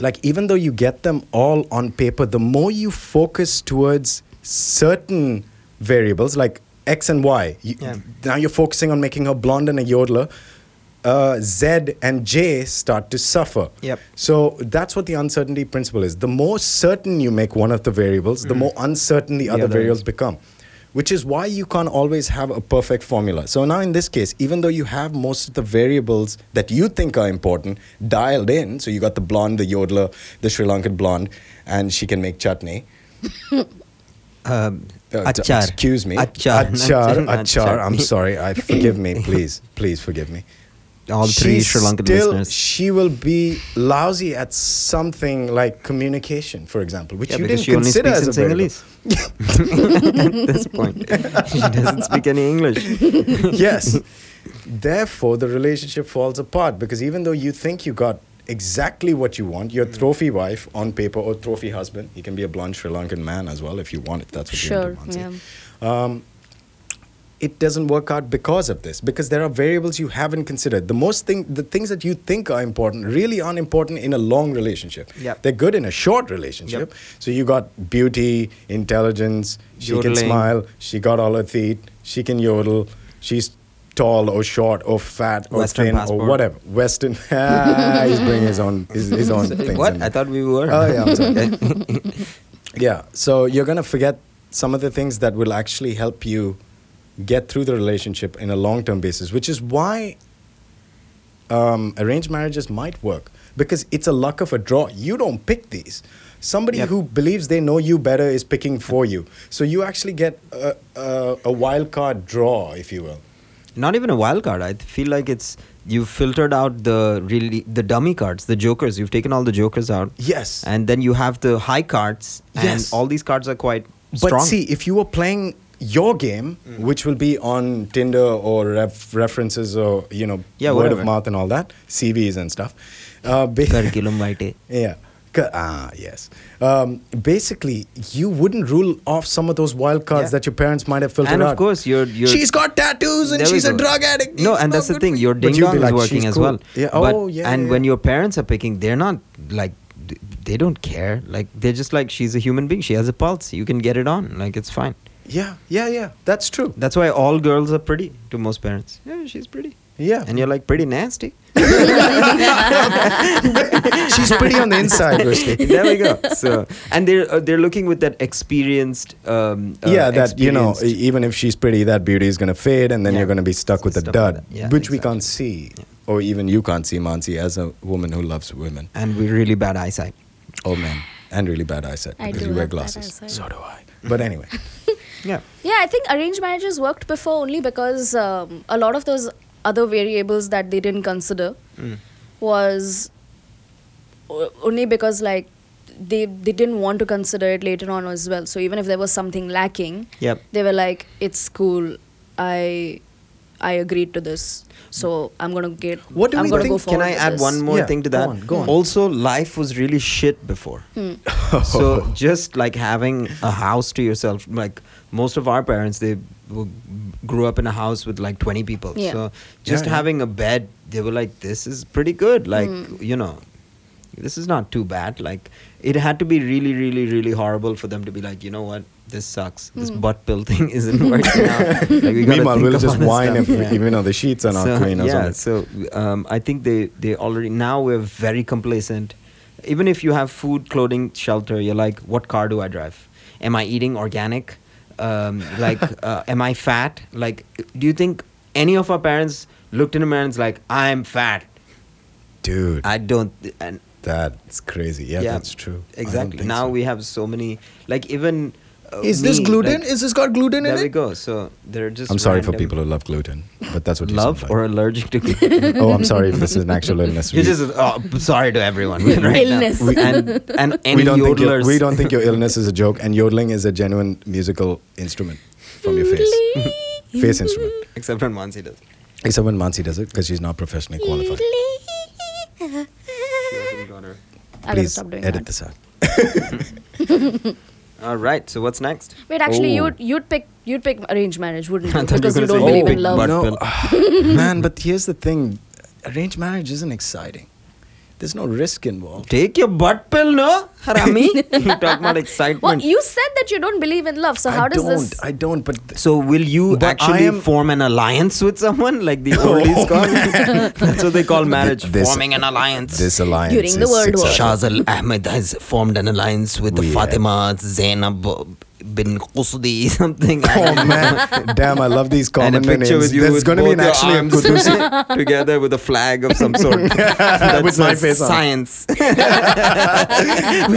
Speaker 5: like even though you get them all on paper the more you focus towards certain variables like x and y you,
Speaker 6: Yeah.
Speaker 5: now you're focusing on making her blonde and a yodeler uh, Z and J start to suffer.
Speaker 6: Yep.
Speaker 5: So that's what the uncertainty principle is. The more certain you make one of the variables,
Speaker 6: Mm.
Speaker 5: the more uncertain the other
Speaker 6: other.
Speaker 5: variables become, which is why you can't always have a perfect formula. So now in this case, even though you have most of the variables that you think are important dialed in, so you got the blonde, the yodeler, the Sri Lankan blonde, and she can make chutney.
Speaker 6: Um,
Speaker 5: Uh, t-
Speaker 6: achar.
Speaker 5: Excuse me.
Speaker 6: Achar.
Speaker 5: Achar.
Speaker 6: Achar.
Speaker 5: Achar. I'm sorry. I forgive me, please. Please forgive me.
Speaker 6: All three
Speaker 5: She's
Speaker 6: Sri Lankan
Speaker 5: still,
Speaker 6: listeners.
Speaker 5: She will be lousy at something like communication, for example, which
Speaker 6: Yeah,
Speaker 5: you
Speaker 6: because
Speaker 5: didn't
Speaker 6: she only
Speaker 5: consider
Speaker 6: speaks
Speaker 5: as a
Speaker 6: in
Speaker 5: variable.
Speaker 6: Sinhalese. At this point, she doesn't speak any English.
Speaker 5: yes. Therefore, the relationship falls apart because even though you think you got exactly what you want, your
Speaker 4: Mm.
Speaker 5: trophy wife on paper or trophy husband, he can be a blonde Sri Lankan man as well if you want, if that's what you
Speaker 4: Sure.
Speaker 5: want to
Speaker 4: Yeah.
Speaker 5: Mansi. um, it doesn't work out because of this because there are variables you haven't considered the most thing the things that you think are important really aren't important in a long relationship
Speaker 6: Yep.
Speaker 5: they're good in a short relationship so you got beauty intelligence she can
Speaker 6: Yodeling.
Speaker 5: smile she got all her teeth she can yodel she's tall or short or fat or
Speaker 6: Western
Speaker 5: thin or
Speaker 6: passport.
Speaker 5: whatever western ah, he's bringing his own his, his own things
Speaker 6: what?
Speaker 5: in
Speaker 6: I
Speaker 5: there.
Speaker 6: thought we were.
Speaker 5: Oh, yeah, I'm sorry. Yeah. So you're going to forget some of the things that will actually help you get through the relationship in a long term basis, which is why um, arranged marriages might work because it's a luck of a draw. You don't pick these. Somebody
Speaker 6: Yep.
Speaker 5: who believes they know you better is picking for you. So you actually get a, a, a wild card draw, if you will.
Speaker 6: Not even a wild card. I feel like it's you've filtered out the really the dummy cards, the jokers. You've taken all the jokers out.
Speaker 5: Yes.
Speaker 6: And then you have the high cards, and
Speaker 5: Yes.
Speaker 6: all these cards are quite
Speaker 5: But
Speaker 6: strong. Mm.
Speaker 5: see, if you were playing your game, which will be on Tinder or ref- references or you know
Speaker 6: Yeah,
Speaker 5: word
Speaker 6: whatever.
Speaker 5: of mouth and all that, CVs and stuff. Uh, ba-
Speaker 6: curriculum vitae.
Speaker 5: yeah. Ca- Ah, yes. Um, basically, you wouldn't rule off some of those wild cards
Speaker 6: Yeah.
Speaker 5: that your parents might have filtered
Speaker 6: And
Speaker 5: out.
Speaker 6: of course, you're- you're-
Speaker 5: she's got tattoos and
Speaker 6: There we
Speaker 5: she's a
Speaker 6: go.
Speaker 5: drug addict.
Speaker 6: No,
Speaker 5: It's
Speaker 6: and
Speaker 5: not
Speaker 6: that's the
Speaker 5: good
Speaker 6: thing.
Speaker 5: for
Speaker 6: Your
Speaker 5: you. But
Speaker 6: ding
Speaker 5: you'd be
Speaker 6: dong
Speaker 5: like,
Speaker 6: is working
Speaker 5: "She's
Speaker 6: as
Speaker 5: cool."
Speaker 6: well.
Speaker 5: Yeah.
Speaker 6: But,
Speaker 5: oh, yeah.
Speaker 6: And
Speaker 5: yeah,
Speaker 6: when
Speaker 5: yeah.
Speaker 6: your parents are picking, they're not like th- they don't care. Like they're just like she's a human being. She has a pulse. You can get it on. Like it's fine.
Speaker 5: yeah, yeah, yeah, that's true.
Speaker 6: That's why all girls are pretty to most parents. Yeah, she's pretty.
Speaker 5: Yeah.
Speaker 6: And you're like pretty nasty.
Speaker 5: she's pretty on the inside, Rushdie.
Speaker 6: there we go. So and they're uh, they're looking with that experienced. Um, uh,
Speaker 5: yeah, that you know, e-
Speaker 6: experienced-
Speaker 5: even if she's pretty, that beauty is gonna fade, and then
Speaker 6: Yeah.
Speaker 5: you're gonna be stuck with a
Speaker 6: Stuck with
Speaker 5: dud,
Speaker 6: that. Yeah,
Speaker 5: which we
Speaker 6: exactly.
Speaker 5: can't see, or even you can't see, Mansi, as a woman who loves women,
Speaker 6: and we're really bad eyesight.
Speaker 5: or men, and really bad eyesight
Speaker 4: I
Speaker 5: because
Speaker 4: do
Speaker 5: you wear
Speaker 4: have bad
Speaker 5: glasses.
Speaker 4: eyesight.
Speaker 5: So do I. But anyway,
Speaker 6: Yeah.
Speaker 4: Yeah, I think arranged marriages worked before only because um, a lot of those other variables that they didn't consider
Speaker 6: Hmm.
Speaker 4: was o- only because like they they didn't want to consider it later on as well. So even if there was something lacking,
Speaker 6: Yep.
Speaker 4: they were like, "It's cool. I I agreed to this, so I'm gonna get.
Speaker 5: What do
Speaker 4: I'm
Speaker 5: we
Speaker 4: gonna go
Speaker 5: think-
Speaker 6: Can
Speaker 4: forward
Speaker 6: I
Speaker 4: with
Speaker 6: add
Speaker 4: this."
Speaker 6: one more
Speaker 5: Yeah,
Speaker 6: thing to
Speaker 5: go
Speaker 6: that?
Speaker 5: on, go on.
Speaker 6: Also, life was really shit before.
Speaker 4: Hmm.
Speaker 6: so just like having a house to yourself, like most of our parents, they w- grew up in a house with like 20 people.
Speaker 4: Yeah.
Speaker 6: So just
Speaker 5: yeah.
Speaker 6: having a bed, they were like, this is pretty
Speaker 4: Hmm.
Speaker 6: good. Like, you know, this is not too bad. Like, it had to be really, really, really horrible for them to be like, you know what? This sucks. This
Speaker 4: Hmm.
Speaker 6: butt pill thing isn't working out. Like, we gotta
Speaker 5: meanwhile,
Speaker 6: think
Speaker 5: we'll
Speaker 6: of
Speaker 5: just
Speaker 6: other
Speaker 5: whine
Speaker 6: stuff."
Speaker 5: if
Speaker 6: Yeah.
Speaker 5: even though the sheets are not
Speaker 6: so,
Speaker 5: clean or
Speaker 6: yeah,
Speaker 5: something.
Speaker 6: so um, I think they, they already now we're very complacent. Even if you have food, clothing, shelter, you're like, what car do I drive? Am I eating organic? Um, like, uh, am I fat? Like, do you think any of our parents looked in a mirror and it's like, I'm fat?
Speaker 5: Dude,
Speaker 6: I don't. And
Speaker 5: that's crazy. Yeah, that's true. I don't
Speaker 6: Exactly.
Speaker 5: think
Speaker 6: Now
Speaker 5: so.
Speaker 6: we have so many. Like, even. Uh,
Speaker 5: Is this
Speaker 6: me,
Speaker 5: gluten?
Speaker 6: like-
Speaker 5: Is this got gluten in
Speaker 6: there we
Speaker 5: it?
Speaker 6: go. So they're just.
Speaker 5: I'm sorry for
Speaker 6: random
Speaker 5: people who love gluten, but that's what you sound
Speaker 6: Love
Speaker 5: like.
Speaker 6: or allergic to gluten?
Speaker 5: oh, I'm sorry if this is an actual illness.
Speaker 6: You're
Speaker 5: We-
Speaker 6: just oh, sorry to everyone right
Speaker 4: Illness.
Speaker 6: now.
Speaker 4: We-
Speaker 6: and and any
Speaker 5: we don't think your,
Speaker 6: yodelers.
Speaker 5: we don't think your illness is a joke, and yodeling is a genuine musical instrument from your face, face instrument.
Speaker 6: Except when Mansi does.
Speaker 5: Except when Mansi does it because she's not professionally qualified.
Speaker 4: I gotta
Speaker 5: Please
Speaker 4: stop doing
Speaker 5: edit
Speaker 4: that.
Speaker 5: this out.
Speaker 6: All right. So what's next?
Speaker 4: Wait, actually,
Speaker 5: Oh.
Speaker 4: you'd you'd pick you'd pick arranged marriage, wouldn't
Speaker 6: I
Speaker 4: you?
Speaker 6: thought you
Speaker 4: Because
Speaker 6: were
Speaker 4: you
Speaker 6: gonna
Speaker 4: don't
Speaker 6: say
Speaker 4: believe
Speaker 6: you'd
Speaker 4: in
Speaker 6: pick
Speaker 4: love.
Speaker 5: uh,
Speaker 6: butt.
Speaker 5: no, man. But here's the thing: arranged marriage isn't exciting. There's no risk involved.
Speaker 6: Take your butt pill, no, Harami. you talk about excitement.
Speaker 4: Well, you said that you don't believe in love, so how
Speaker 5: I
Speaker 4: does
Speaker 5: don't.
Speaker 4: this?
Speaker 5: I don't. But th-
Speaker 6: So will you
Speaker 5: But I
Speaker 6: actually
Speaker 5: am-
Speaker 6: form an alliance with someone like the oldies call? That's what they call marriage.
Speaker 5: This-
Speaker 6: forming an alliance.
Speaker 5: this alliance
Speaker 4: During the
Speaker 5: is
Speaker 4: World War.
Speaker 5: successful.
Speaker 6: Shazal Ahmed has formed an alliance with
Speaker 5: We-
Speaker 6: Fatima Zainab bin Qusdi something.
Speaker 5: Oh man, damn! I love these common
Speaker 6: and a picture
Speaker 5: names.
Speaker 6: with you
Speaker 5: There's
Speaker 6: with
Speaker 5: gonna
Speaker 6: both
Speaker 5: be an
Speaker 6: your
Speaker 5: actually
Speaker 6: arms together with a flag of some sort. That's
Speaker 5: With my
Speaker 6: a
Speaker 5: face on it.
Speaker 6: science. with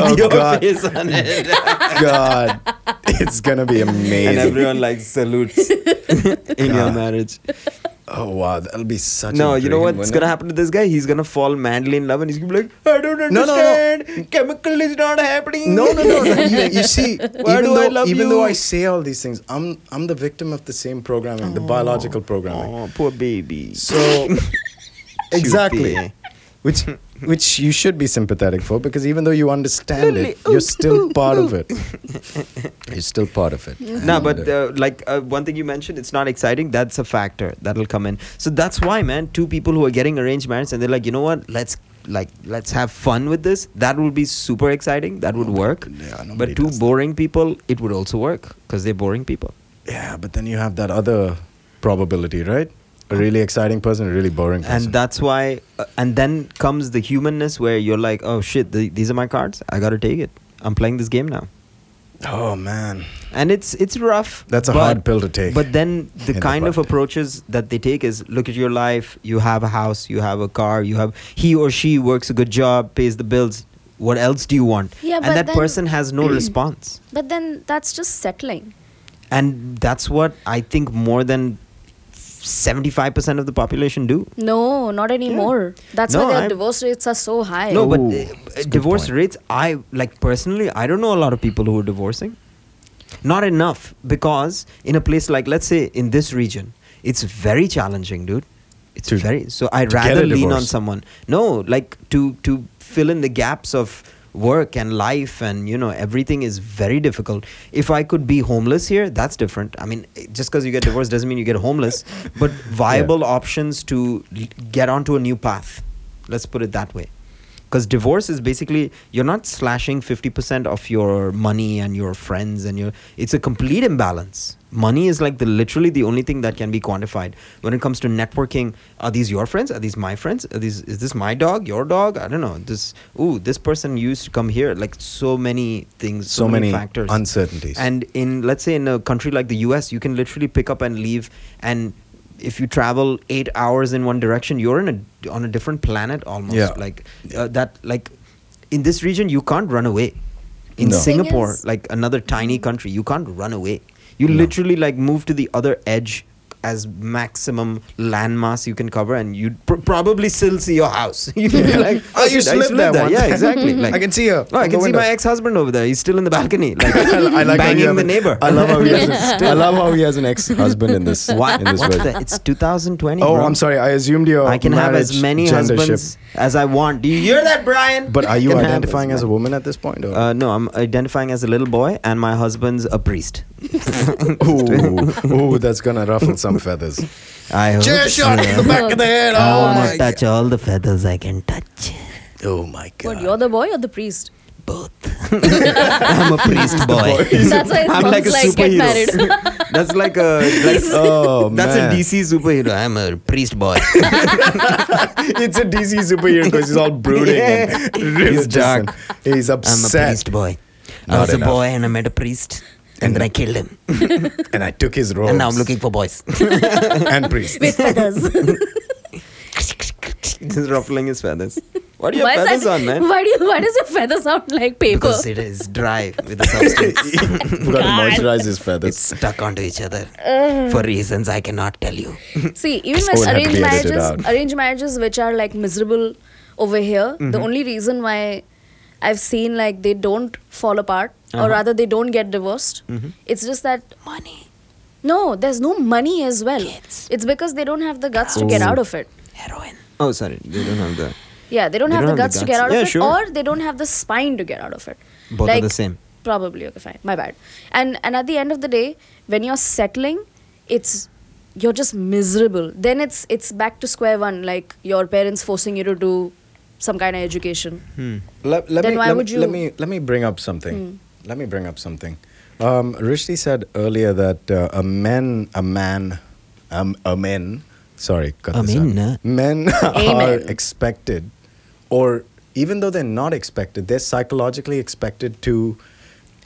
Speaker 5: Oh,
Speaker 6: your
Speaker 5: God.
Speaker 6: face on it.
Speaker 5: God, it's gonna be
Speaker 6: and
Speaker 5: amazing.
Speaker 6: everyone like salutes in your marriage.
Speaker 5: Oh wow, that'll be such.
Speaker 6: No,
Speaker 5: a
Speaker 6: you know
Speaker 5: dream,
Speaker 6: what's
Speaker 5: wouldn't
Speaker 6: gonna
Speaker 5: it?
Speaker 6: happen to this guy? He's gonna fall madly in love, and he's gonna be like, "I don't
Speaker 5: no, no.
Speaker 6: understand. Chemical is not happening."
Speaker 5: No, no, no. no. you, you see, even,
Speaker 6: do I
Speaker 5: though,
Speaker 6: love
Speaker 5: even though I
Speaker 6: you?
Speaker 5: say all these things, I'm I'm the victim of the same programming, the biological programming.
Speaker 6: Oh, poor baby.
Speaker 5: So exactly.
Speaker 6: Shoot
Speaker 5: Which which you should be sympathetic for because even though you understand
Speaker 6: Totally.
Speaker 5: it, you're
Speaker 6: Ooh,
Speaker 5: still
Speaker 6: ooh,
Speaker 5: part of it. You're still part of it.
Speaker 6: No, but uh, like uh, one thing you mentioned, it's not exciting. That's a factor that'll come in. So that's why, man, two people who are getting arranged marriage and they're like, you know what? Let's like let's have fun with this. That would be super exciting. That would work.
Speaker 5: Oh yeah, nobody
Speaker 6: but two
Speaker 5: does that.
Speaker 6: boring people, it would also work because they're boring people.
Speaker 5: Yeah, but then you have that other probability, right? A really exciting person, a really boring person.
Speaker 6: and that's why uh, and then comes the humanness where you're like oh shit th- these are my cards i gotta take it i'm playing this game now
Speaker 5: oh man,
Speaker 6: and it's it's rough
Speaker 5: That's a hard pill to take.
Speaker 6: but then
Speaker 5: In
Speaker 6: the
Speaker 5: the
Speaker 6: kind of
Speaker 5: butt.
Speaker 6: approaches that they take is look at your life you have a house you have a car you have he or she works a good job pays the bills what else do you want
Speaker 4: Yeah,
Speaker 6: and
Speaker 4: but
Speaker 6: that
Speaker 4: then-
Speaker 6: person has no response
Speaker 4: But then that's just settling.
Speaker 6: and that's what i think more than 75% of the population do
Speaker 4: No, not anymore. That's
Speaker 6: No,
Speaker 4: why their
Speaker 6: I'm-
Speaker 4: divorce rates are so high.
Speaker 6: No, but
Speaker 5: Ooh,
Speaker 6: uh, divorce rates, I like personally, I don't know a lot of people who are divorcing. Not enough because in a place like, let's say, in this region, it's very challenging, dude. It's
Speaker 5: To-
Speaker 6: very so. I'd
Speaker 5: to get
Speaker 6: rather
Speaker 5: a
Speaker 6: lean on
Speaker 5: divorce.
Speaker 6: someone. No, like to to fill in the gaps of work and life and you know everything is very difficult if i could be homeless here that's different i mean eh, just because you get divorced doesn't mean you get homeless but viable options to l- get onto a new path let's put it that way because divorce is basically you're not slashing 50% of your money and your friends and your it's a complete imbalance money is like the literally the only thing that can be quantified when it comes to networking are these your friends are these my friends are these is this my dog your dog i don't know this ooh this person used to come here like so many things so,
Speaker 5: so many
Speaker 6: factors
Speaker 5: uncertainties.
Speaker 6: and in let's say in a country like the US, you can literally pick up and leave and if you travel 8 hours in one direction, you're in a on a different planet almost.
Speaker 5: Yeah.
Speaker 6: Like uh, that like in this region you can't run away. In
Speaker 5: No.
Speaker 4: Thing
Speaker 6: Singapore,
Speaker 4: is-
Speaker 6: like another tiny country, you can't run away. You literally like move to the other edge as maximum landmass you can cover and you'd pr- probably still see your house you'd be like
Speaker 5: I used to
Speaker 6: shit,
Speaker 5: live there once."
Speaker 6: yeah exactly like,
Speaker 5: I can see her
Speaker 6: oh, I
Speaker 5: from
Speaker 6: can
Speaker 5: the
Speaker 6: see my
Speaker 5: window.
Speaker 6: ex-husband over there he's still in the balcony like,
Speaker 5: I like how you
Speaker 6: banging
Speaker 5: have
Speaker 6: the
Speaker 5: an-
Speaker 6: neighbor.
Speaker 5: I love how he has, I love how he has an ex-husband in this.
Speaker 6: Why-
Speaker 5: in this
Speaker 6: what
Speaker 5: version.
Speaker 6: the- it's 2020.
Speaker 5: Oh,
Speaker 6: bro.
Speaker 5: I'm sorry. I assumed your
Speaker 6: I can have as
Speaker 5: marriage
Speaker 6: many
Speaker 5: gendership.
Speaker 6: husbands as I want. Do you hear that, Brian?
Speaker 5: But are you
Speaker 6: I can have
Speaker 5: identifying as a
Speaker 6: many-
Speaker 5: woman at this point? Or?
Speaker 6: Uh, no, I'm identifying as a little boy, and my husband's a priest.
Speaker 5: ooh, ooh, that's gonna ruffle some feathers.
Speaker 6: I hope
Speaker 5: Chair shot in the back of the head.
Speaker 6: I
Speaker 5: Oh
Speaker 6: want
Speaker 5: my
Speaker 6: to touch all the feathers I can touch.
Speaker 5: Oh my god.
Speaker 4: What, you're the boy or the priest?
Speaker 6: Both. I'm a priest boy.
Speaker 4: That's why it
Speaker 6: I'm like a
Speaker 4: sounds like get married.
Speaker 6: superhero. That's like a. Like,
Speaker 5: Oh
Speaker 6: that's
Speaker 5: man.
Speaker 6: a DC superhero. I'm a priest boy.
Speaker 5: it's a DC superhero because he's all brooding. and
Speaker 6: He's
Speaker 5: just-
Speaker 6: dark.
Speaker 5: He's
Speaker 6: I'm a
Speaker 5: upset.
Speaker 6: priest boy. I
Speaker 5: Not
Speaker 6: was
Speaker 5: enough.
Speaker 6: a boy and I met a priest. And then I killed him.
Speaker 5: And I took his robes.
Speaker 6: And now I'm looking for boys.
Speaker 5: And priest.
Speaker 4: With feathers.
Speaker 6: He's ruffling his feathers. What
Speaker 4: why, is that- why do you, why does your feather sound like paper?
Speaker 6: Because it is dry with the substance.
Speaker 5: Forgot to moisturize his feathers.
Speaker 6: it's stuck onto each other
Speaker 4: Uh.
Speaker 6: for reasons I cannot tell you.
Speaker 4: See, even
Speaker 5: Oh, it'll
Speaker 4: with
Speaker 5: have to
Speaker 4: arranged
Speaker 5: be edited
Speaker 4: marriages,
Speaker 5: out.
Speaker 4: arranged marriages which are like miserable over here,
Speaker 5: Mm-hmm.
Speaker 4: the only reason why I've seen like they don't fall apart
Speaker 5: Uh-huh.
Speaker 4: or rather they don't get divorced,
Speaker 5: Mm-hmm.
Speaker 4: it's just that money. No, there's no money as well. It's because they don't have the guts
Speaker 5: Oh.
Speaker 4: to get out of it.
Speaker 6: Heroin. Oh, sorry. They don't have the.
Speaker 4: Yeah, they don't
Speaker 6: They
Speaker 4: have
Speaker 6: don't
Speaker 4: the
Speaker 6: have
Speaker 4: guts
Speaker 6: the
Speaker 4: to get
Speaker 6: guts.
Speaker 4: out
Speaker 6: Yeah,
Speaker 4: of it,
Speaker 6: sure.
Speaker 4: or they don't have the spine to get out of it.
Speaker 6: Both are the same.
Speaker 4: Probably okay, fine. My bad. And and at the end of the day, when you're settling, it's you're just miserable. Then it's it's back to square one, like your parents forcing you to do some kind of education.
Speaker 5: Hmm. let, let
Speaker 4: Then
Speaker 5: me,
Speaker 4: why
Speaker 5: let, me-
Speaker 4: would you- Hmm.
Speaker 5: let me let me bring up something. Let me bring up something. Um, Rishti said earlier that uh, a man, a man, um, a men. Sorry, cut this out.
Speaker 6: Amen.
Speaker 5: Men are
Speaker 4: Amen.
Speaker 5: expected, or even though they're not expected, they're psychologically expected to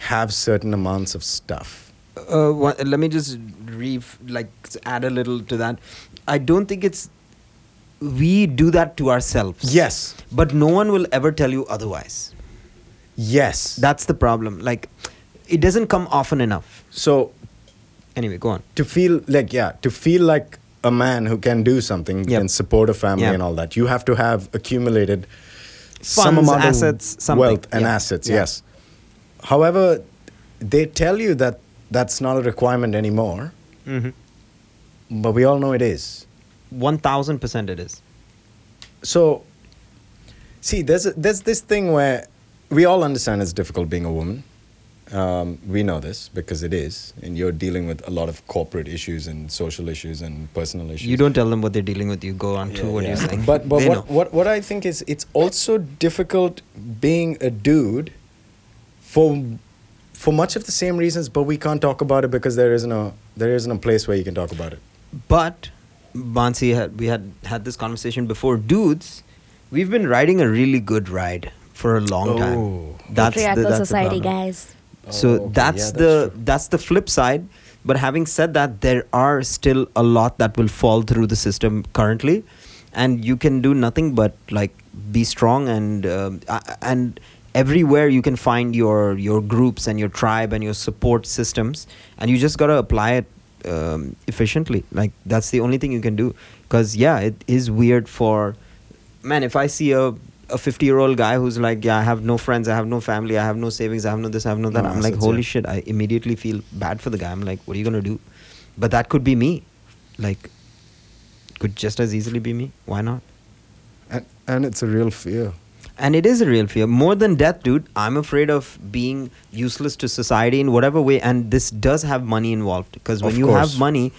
Speaker 5: have certain amounts of stuff.
Speaker 6: uh, wha- let me just re like s- add a little to that. I don't think it's we do that to ourselves.
Speaker 5: Yes.
Speaker 6: but no one will ever tell you otherwise.
Speaker 5: Yes.
Speaker 6: That's the problem. Like, it doesn't come often enough.
Speaker 5: so
Speaker 6: Anyway, go on.
Speaker 5: to feel like yeah to feel like a man who can do something
Speaker 6: Yep.
Speaker 5: can support a family
Speaker 6: Yeah.
Speaker 5: and all that you have to have accumulated some
Speaker 6: Funds,
Speaker 5: amount
Speaker 6: assets,
Speaker 5: of
Speaker 6: something.
Speaker 5: wealth and
Speaker 6: Yeah.
Speaker 5: assets
Speaker 6: Yeah.
Speaker 5: yes however they tell you that that's not a requirement anymore
Speaker 6: Mm-hmm.
Speaker 5: but we all know it is
Speaker 6: One thousand percent, it is.
Speaker 5: so see there's a, there's this thing where we all understand it's difficult being a woman um, we know this because it is and you're dealing with a lot of corporate issues and social issues and personal issues
Speaker 6: You don't tell them what they're dealing with. You go on to what you're
Speaker 5: Yeah.
Speaker 6: saying.
Speaker 5: But but
Speaker 6: They
Speaker 5: what,
Speaker 6: know.
Speaker 5: what what I think is it's also difficult being a dude for for much of the same reasons, but we can't talk about it because there isn't a there isn't a place where you can talk about it.
Speaker 6: But Bansi, had, we had had this conversation before. Dudes, we've been riding a really good ride for a long
Speaker 5: Oh.
Speaker 6: time. That's the,
Speaker 3: Patriarchal
Speaker 6: that's the
Speaker 3: society,
Speaker 6: problem.
Speaker 3: guys.
Speaker 6: So
Speaker 5: Oh, okay.
Speaker 6: that's
Speaker 5: Yeah, that's
Speaker 6: the
Speaker 5: true.
Speaker 6: that's the flip side. But having said that, there are still a lot that will fall through the system currently, and you can do nothing but like be strong and um, a- and everywhere you can find your your groups and your tribe and your support systems, and you just gotta apply it um, efficiently. Like that's the only thing you can do. Because yeah, it is weird for man, if I see a a 50 year old guy who's like, yeah, I have no friends, I have no family, I have no savings, I have no this, I have no that.
Speaker 5: No
Speaker 6: I'm like,
Speaker 5: assets,
Speaker 6: holy
Speaker 5: yeah.
Speaker 6: shit, I immediately feel bad for the guy. I'm like, what are you going to do? But that could be me. Like, could just as easily be me. Why not?
Speaker 5: And and it's a real fear.
Speaker 6: And it is a real fear. More than death, dude, I'm afraid of being useless to society in whatever way. And this does have money involved. Because when
Speaker 5: Of
Speaker 6: you
Speaker 5: course.
Speaker 6: have money,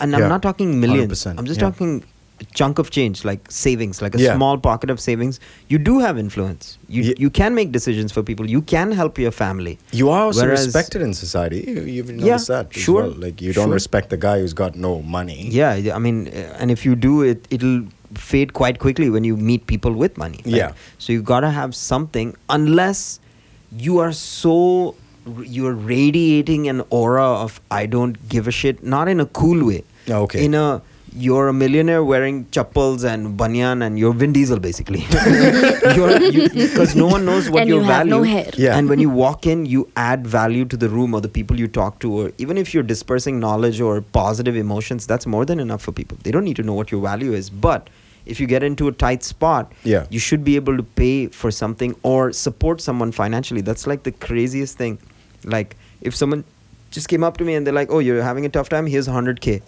Speaker 6: and I'm
Speaker 5: Yeah.
Speaker 6: not talking millions,
Speaker 5: 100%,
Speaker 6: I'm just
Speaker 5: yeah.
Speaker 6: talking a chunk of change, like savings, like a
Speaker 5: Yeah.
Speaker 6: small pocket of savings, you do have influence. You,
Speaker 5: Ye-
Speaker 6: you can make decisions for people, you can help your family.
Speaker 5: You are also
Speaker 6: Whereas-
Speaker 5: respected in society. You, you've
Speaker 6: Yeah,
Speaker 5: noticed that. as
Speaker 6: sure,
Speaker 5: well. Like you don't
Speaker 6: sure.
Speaker 5: respect the guy who's got no money.
Speaker 6: Yeah, yeah, I mean, uh, and if you do it, it'll fade quite quickly when you meet people with money. right?
Speaker 5: Yeah.
Speaker 6: So you gotta have something, unless you are so you're radiating an aura of I don't give a shit, not in a cool way.
Speaker 5: Yeah, Oh, okay.
Speaker 6: In a you're a millionaire wearing chappals and banyan and you're Vin Diesel basically. Because no one knows what
Speaker 4: And
Speaker 6: your
Speaker 4: you have
Speaker 6: value.
Speaker 4: no hair.
Speaker 5: Yeah.
Speaker 6: And when you walk in, you add value to the room or the people you talk to, or even if you're dispersing knowledge or positive emotions, that's more than enough for people. They don't need to know what your value is. But if you get into a tight spot,
Speaker 5: Yeah.
Speaker 6: you should be able to pay for something or support someone financially. That's like the craziest thing. Like if someone just came up to me and they're like, "Oh, you're having a tough time. Here's 100k."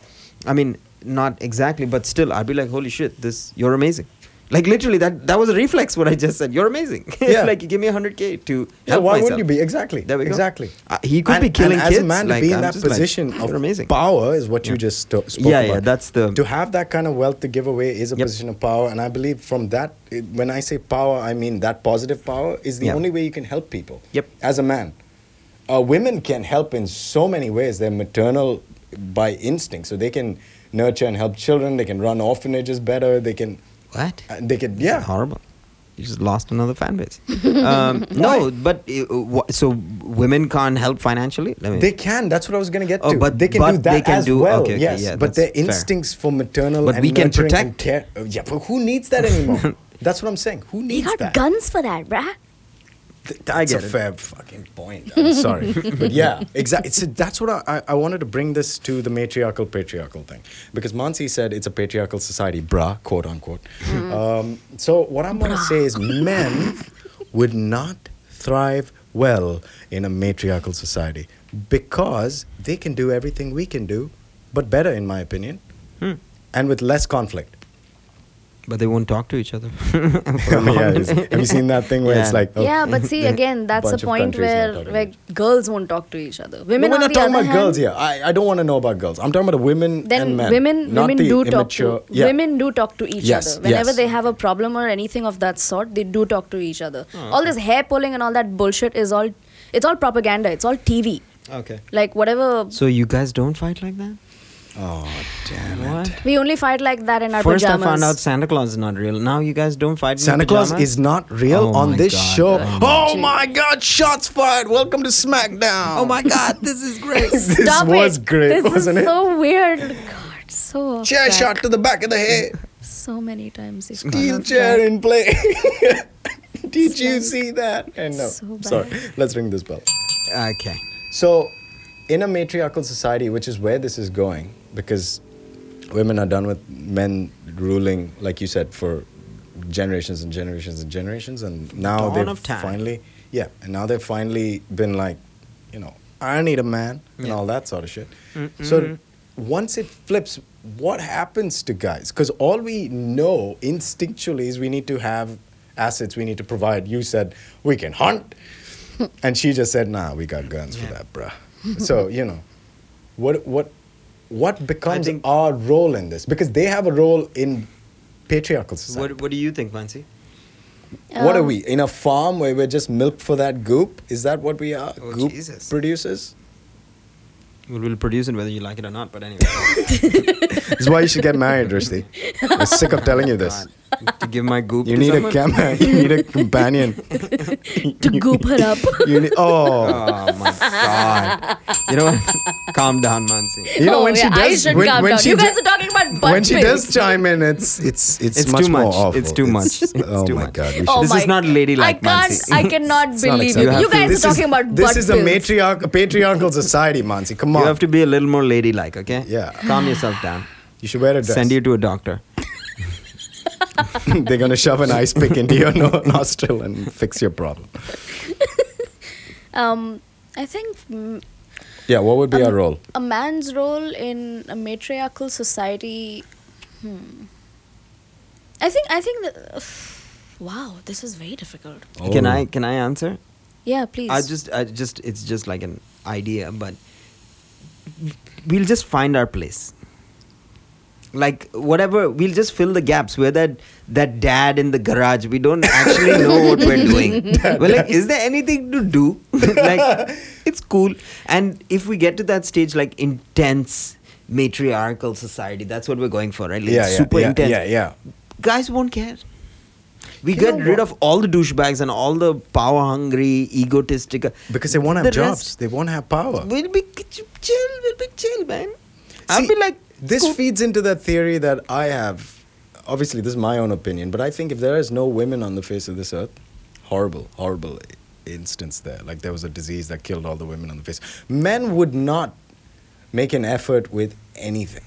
Speaker 6: I mean, not exactly, but still, I'd be like, "Holy shit, this you're amazing." Like literally, that that was a reflex. What I just said, you're amazing.
Speaker 5: Yeah.
Speaker 6: like give me 100k to
Speaker 5: Yeah,
Speaker 6: help
Speaker 5: why
Speaker 6: myself.
Speaker 5: wouldn't you be exactly?
Speaker 6: There we go.
Speaker 5: Exactly.
Speaker 6: Uh, he could
Speaker 5: And-
Speaker 6: be killing
Speaker 5: and
Speaker 6: kids.
Speaker 5: As a man,
Speaker 6: like,
Speaker 5: to be in
Speaker 6: I'm
Speaker 5: that
Speaker 6: just like,
Speaker 5: position of
Speaker 6: you're amazing.
Speaker 5: power is what you just sto- spoke
Speaker 6: Yeah, yeah,
Speaker 5: about.
Speaker 6: that's the-
Speaker 5: to have that kind of wealth to give away is a
Speaker 6: Yep.
Speaker 5: position of power, and I believe from that, it, when I say power, I mean that positive power is the
Speaker 6: Yeah.
Speaker 5: only way you can help people.
Speaker 6: Yep.
Speaker 5: As a man, uh, women can help in so many ways. They're maternal by instinct, so they can nurture and help children. They can run orphanages better. They can.
Speaker 6: What?
Speaker 5: Uh, they could,
Speaker 6: This is
Speaker 5: yeah.
Speaker 6: horrible. You just lost another fan base. um, no, but uh, wha- so women can't help financially. Let me-
Speaker 5: They can. That's what I was going to get
Speaker 6: Oh,
Speaker 5: to.
Speaker 6: but-
Speaker 5: they can
Speaker 6: but
Speaker 5: do that
Speaker 6: they can
Speaker 5: as
Speaker 6: do-
Speaker 5: well.
Speaker 6: okay, okay,
Speaker 5: yes,
Speaker 6: yeah,
Speaker 5: but
Speaker 6: that's
Speaker 5: their
Speaker 6: fair.
Speaker 5: instincts for maternal
Speaker 6: But
Speaker 5: and
Speaker 6: we can
Speaker 5: nurturing and
Speaker 6: protect.
Speaker 5: care. oh, Yeah, but who needs that anymore? that's what I'm saying. Who
Speaker 3: You
Speaker 5: needs
Speaker 3: got
Speaker 5: that?
Speaker 3: guns for that, bruh.
Speaker 5: Th- that's
Speaker 6: get
Speaker 5: a
Speaker 6: it.
Speaker 5: fair fucking point. I'm sorry, but yeah, exactly. So that's what I, I I wanted to bring this to the matriarchal patriarchal thing because Mansi said it's a patriarchal society, brah, quote unquote. Um, so what I'm gonna say is men would not thrive well in a matriarchal society because they can do everything we can do, but better, in my opinion, and with less conflict.
Speaker 6: but they won't talk to each other.
Speaker 5: yeah, it's- have you seen that thing where it's
Speaker 6: Yeah.
Speaker 5: like, oh,
Speaker 4: yeah, but see again, that's
Speaker 5: bunch
Speaker 4: a
Speaker 5: of
Speaker 4: point
Speaker 5: countries not
Speaker 4: where
Speaker 5: talking
Speaker 4: where
Speaker 5: to
Speaker 4: girls won't talk to each other.
Speaker 5: No,
Speaker 4: Women
Speaker 5: we're
Speaker 4: on
Speaker 5: not
Speaker 4: the
Speaker 5: talking
Speaker 4: other
Speaker 5: about
Speaker 4: hand,
Speaker 5: girls here. I, I don't want to know about girls. I'm talking about women
Speaker 4: Then
Speaker 5: and men.
Speaker 4: women
Speaker 5: not
Speaker 4: women
Speaker 5: the
Speaker 4: do
Speaker 5: immature.
Speaker 4: talk to
Speaker 5: Yeah.
Speaker 4: women do talk to each
Speaker 5: Yes,
Speaker 4: other. Whenever
Speaker 5: yes.
Speaker 4: they have a problem or anything of that sort, they do talk to each other.
Speaker 5: Hmm,
Speaker 4: All this hair pulling and all that bullshit is all it's all propaganda. It's all TV.
Speaker 6: okay.
Speaker 4: Like whatever
Speaker 6: So you guys don't fight like that?
Speaker 5: Oh damn it!
Speaker 6: What?
Speaker 4: we only fight like that in our
Speaker 6: First,
Speaker 4: pajamas.
Speaker 6: I found out Santa Claus is not real. Now you guys don't fight.
Speaker 5: Santa
Speaker 6: in
Speaker 5: Claus
Speaker 6: pajamas?
Speaker 5: is not real
Speaker 6: Oh
Speaker 5: on
Speaker 6: my
Speaker 5: this
Speaker 6: God,
Speaker 5: show.
Speaker 6: I
Speaker 5: Oh my God! Shots fired. Welcome to SmackDown.
Speaker 6: Oh my God! This is great.
Speaker 5: this
Speaker 4: Stop
Speaker 5: was
Speaker 4: it.
Speaker 5: great,
Speaker 4: this
Speaker 5: wasn't
Speaker 4: is
Speaker 5: it?
Speaker 4: so weird. God, so off
Speaker 5: chair
Speaker 4: track.
Speaker 5: shot to the back of the head.
Speaker 6: Oh,
Speaker 4: So many times. it's gone
Speaker 5: Steel
Speaker 4: off
Speaker 5: chair
Speaker 4: track.
Speaker 5: in play. Did you see that? And no,
Speaker 4: so bad.
Speaker 5: sorry. Let's ring this bell.
Speaker 6: okay.
Speaker 5: So, in a matriarchal society, which is where this is going, because women are done with men ruling, like you said, for generations and generations and generations, and now
Speaker 6: Dawn
Speaker 5: they've
Speaker 6: of time.
Speaker 5: finally, yeah, and now they've finally been like, you know, I need a man and all that sort of shit. So, once it flips, what happens to guys? Because all we know instinctually is we need to have assets, we need to provide. You said we can hunt. And she just said, "Nah, we got guns for that, bruh." So you know, what what what becomes
Speaker 6: think-
Speaker 5: our role in this? Because they have a role in patriarchal society.
Speaker 6: What What do you think, Mansi?
Speaker 5: What, are we in a farm where we're just milk for that goop? Is that what we are?
Speaker 6: Oh,
Speaker 5: goop
Speaker 6: Jesus.
Speaker 5: producers.
Speaker 6: We'll, we'll produce it whether you like it or not. But anyway,
Speaker 5: This is why you should get married, Rusty. I'm sick of telling you this.
Speaker 6: God, to give my goop.
Speaker 5: You
Speaker 6: to
Speaker 5: need a
Speaker 6: someone?
Speaker 5: camera. You need a companion.
Speaker 4: To goop her up.
Speaker 5: You need. Oh.
Speaker 6: Oh my God! You know what? Calm down, Mansi.
Speaker 5: You know
Speaker 4: Oh,
Speaker 5: when she
Speaker 4: yeah, I
Speaker 5: does
Speaker 4: should
Speaker 5: when,
Speaker 4: calm
Speaker 5: when
Speaker 4: down.
Speaker 5: she
Speaker 4: You guys
Speaker 5: ju-
Speaker 4: are talking about butt
Speaker 5: when she
Speaker 4: pics.
Speaker 5: does chime in, it's it's it's,
Speaker 6: It's
Speaker 5: much
Speaker 6: too
Speaker 5: more
Speaker 6: much.
Speaker 5: awful.
Speaker 6: It's too much. It's
Speaker 5: oh
Speaker 6: too
Speaker 5: my
Speaker 6: much.
Speaker 5: god, we
Speaker 6: Oh
Speaker 5: should.
Speaker 6: This is
Speaker 4: my-
Speaker 6: not ladylike,
Speaker 4: I can't.
Speaker 6: Mansi.
Speaker 4: I cannot
Speaker 5: not
Speaker 4: believe
Speaker 5: acceptable.
Speaker 4: it. You
Speaker 6: have to-
Speaker 4: guys are
Speaker 5: This is-
Speaker 4: talking about
Speaker 5: this
Speaker 4: butt
Speaker 5: is a
Speaker 4: pills.
Speaker 5: matriarch, patriarchal society, Mansi. Come on,
Speaker 6: You have to be a little more ladylike, okay?
Speaker 5: Yeah.
Speaker 6: Calm yourself down.
Speaker 5: You should wear a dress.
Speaker 6: Send you to a doctor.
Speaker 5: They're gonna shove an ice pick into your no- nostril and fix your problem.
Speaker 4: Um, I think mm,
Speaker 5: Yeah, what would be
Speaker 6: Um,
Speaker 5: our role?
Speaker 4: a man's role in a matriarchal society. Hmm. I think. I think. That, wow, this is very difficult.
Speaker 6: Can
Speaker 5: Oh.
Speaker 6: I Can I answer?
Speaker 4: Yeah, please.
Speaker 6: I just I just it's just like an idea, but we'll just find our place. Like whatever, we'll just fill the gaps. We're that that dad in the garage. We don't actually know what we're doing. we're like, is there anything to do? like, it's cool. And if we get to that stage, like intense matriarchal society, that's what we're going for, right? Like,
Speaker 5: Yeah, yeah,
Speaker 6: super
Speaker 5: yeah,
Speaker 6: intense
Speaker 5: yeah, yeah.
Speaker 6: guys won't care. We
Speaker 5: You
Speaker 6: get
Speaker 5: know
Speaker 6: rid
Speaker 5: what?
Speaker 6: of all the douchebags and all the power hungry, egotistical.
Speaker 5: Because they won't have
Speaker 6: The
Speaker 5: jobs.
Speaker 6: rest-
Speaker 5: They won't have power.
Speaker 6: We'll be ch- chill. We'll be chill, man. I'll
Speaker 5: See,
Speaker 6: be like
Speaker 5: this
Speaker 6: cool.
Speaker 5: feeds into that theory that I have. Obviously, this is my own opinion, but I think if there is no women on the face of this earth, horrible, horrible i- instance there. Like there was a disease that killed all the women on the face. Men would not make an effort with anything.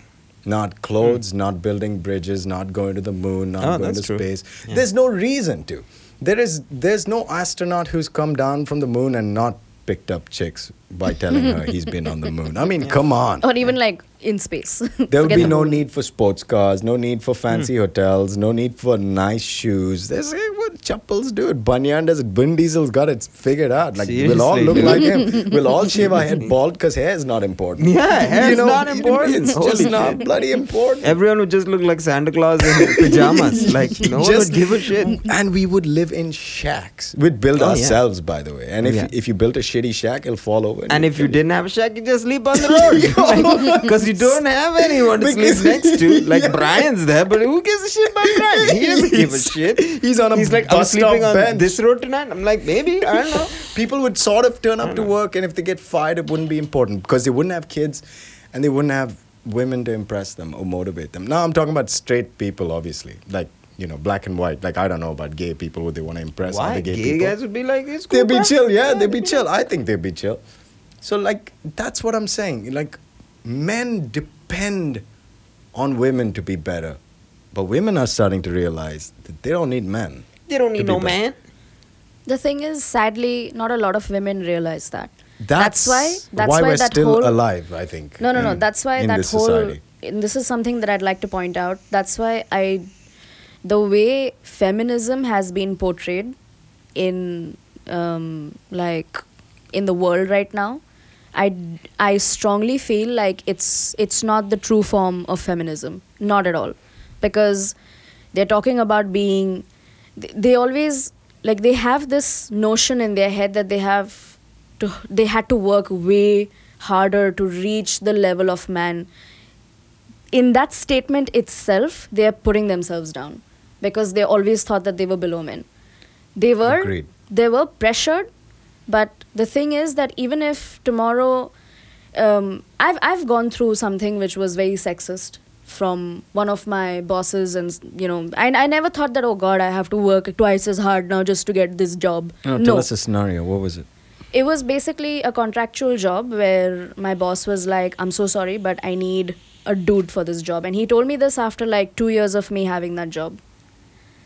Speaker 5: Not clothes, not building bridges, not going to the moon, not
Speaker 6: Oh,
Speaker 5: going
Speaker 6: Hmm. that's
Speaker 5: to
Speaker 6: true.
Speaker 5: space.
Speaker 6: Yeah.
Speaker 5: There's no reason to. There is there's no astronaut who's come down from the moon and not picked up chicks by telling her he's been on the moon. I mean, come on.
Speaker 4: or even like in space.
Speaker 5: There will
Speaker 4: Forget the
Speaker 5: be
Speaker 4: Hmm.
Speaker 5: no
Speaker 4: movie.
Speaker 5: need for sports cars, no need for fancy hotels, no need for nice shoes. There's hey, what chappals do it. Bunyan does it. Vin Diesel's got it figured out. Like we'll all
Speaker 6: Seriously,
Speaker 5: look
Speaker 6: dude.
Speaker 5: like him. We'll all shave our head bald because hair is not important.
Speaker 6: Yeah, hair is not important.
Speaker 5: It's
Speaker 6: Holy
Speaker 5: just not
Speaker 6: shit. Eh.
Speaker 5: bloody important.
Speaker 6: everyone would just look like Santa Claus in pajamas. like no one would give a shit.
Speaker 5: And we would live in shacks. We'd build
Speaker 6: Oh, yeah.
Speaker 5: ourselves, by the way. And if
Speaker 6: Yeah.
Speaker 5: if you built a shitty shack, it'll fall over.
Speaker 6: And
Speaker 5: it'll
Speaker 6: if you
Speaker 5: kill
Speaker 6: didn't have a shack, you just sleep on the road because you don't have anyone to
Speaker 5: Because-
Speaker 6: sleep next to. Like
Speaker 5: Yeah.
Speaker 6: Brian's there, but who gives a shit about Brian? He doesn't give a
Speaker 5: He's-
Speaker 6: shit.
Speaker 5: he's on a
Speaker 6: He's like, I'm
Speaker 5: bus stop
Speaker 6: sleeping on
Speaker 5: bench."
Speaker 6: this road tonight. I'm like, maybe I don't know.
Speaker 5: people would sort of turn up to
Speaker 6: Hmm.
Speaker 5: work and if they get fired it wouldn't be important because they wouldn't have kids and they wouldn't have women to impress them or motivate them now i'm talking about straight people obviously like you know black and white like i don't know about gay people would they want to impress
Speaker 6: Why
Speaker 5: other gay,
Speaker 6: gay,
Speaker 5: people
Speaker 6: guys would be like it's cool,
Speaker 5: they'd be
Speaker 6: bro.
Speaker 5: chill yeah they'd be chill i think they'd be chill so like that's what i'm saying like men depend on women to be better but women are starting to realize that they don't need men
Speaker 6: They don't
Speaker 5: to
Speaker 6: need
Speaker 5: be
Speaker 6: no
Speaker 5: better.
Speaker 6: man.
Speaker 4: The thing is, sadly, not a lot of women realize that.
Speaker 5: That's,
Speaker 4: why. That's why,
Speaker 5: why we're
Speaker 4: that
Speaker 5: still
Speaker 4: whole
Speaker 5: alive. I think.
Speaker 4: No, no, no.
Speaker 5: in-
Speaker 4: That's why
Speaker 5: in
Speaker 4: that
Speaker 5: this
Speaker 4: whole.
Speaker 5: society.
Speaker 4: And this is something that I'd like to point out. That's why I the way feminism has been portrayed in um, like in the world right now I, I strongly feel like it's it's not the true form of feminism not at all because they're talking about being they, they always like they have this notion in their head that they have to they had to work way harder to reach the level of man in that statement itself, they are putting themselves down because they always thought that they were below men. They were
Speaker 5: Agreed.
Speaker 4: they were pressured, but the thing is that even if tomorrow, um, I've I've gone through something which was very sexist from one of my bosses, and you know, I I never thought that oh God, I have to work twice as hard now just to get this job.
Speaker 5: No, tell us a scenario. What was it?
Speaker 4: It was basically a contractual job where my boss was like, I'm so sorry, but I need a dude for this job. And he told me this after like two years of me having that job.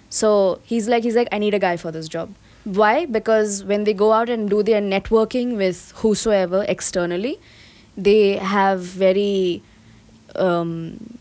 Speaker 4: So he's like, he's like, I need a guy for this job. Why? Because when they go out and do their networking with whosoever externally, they have very um,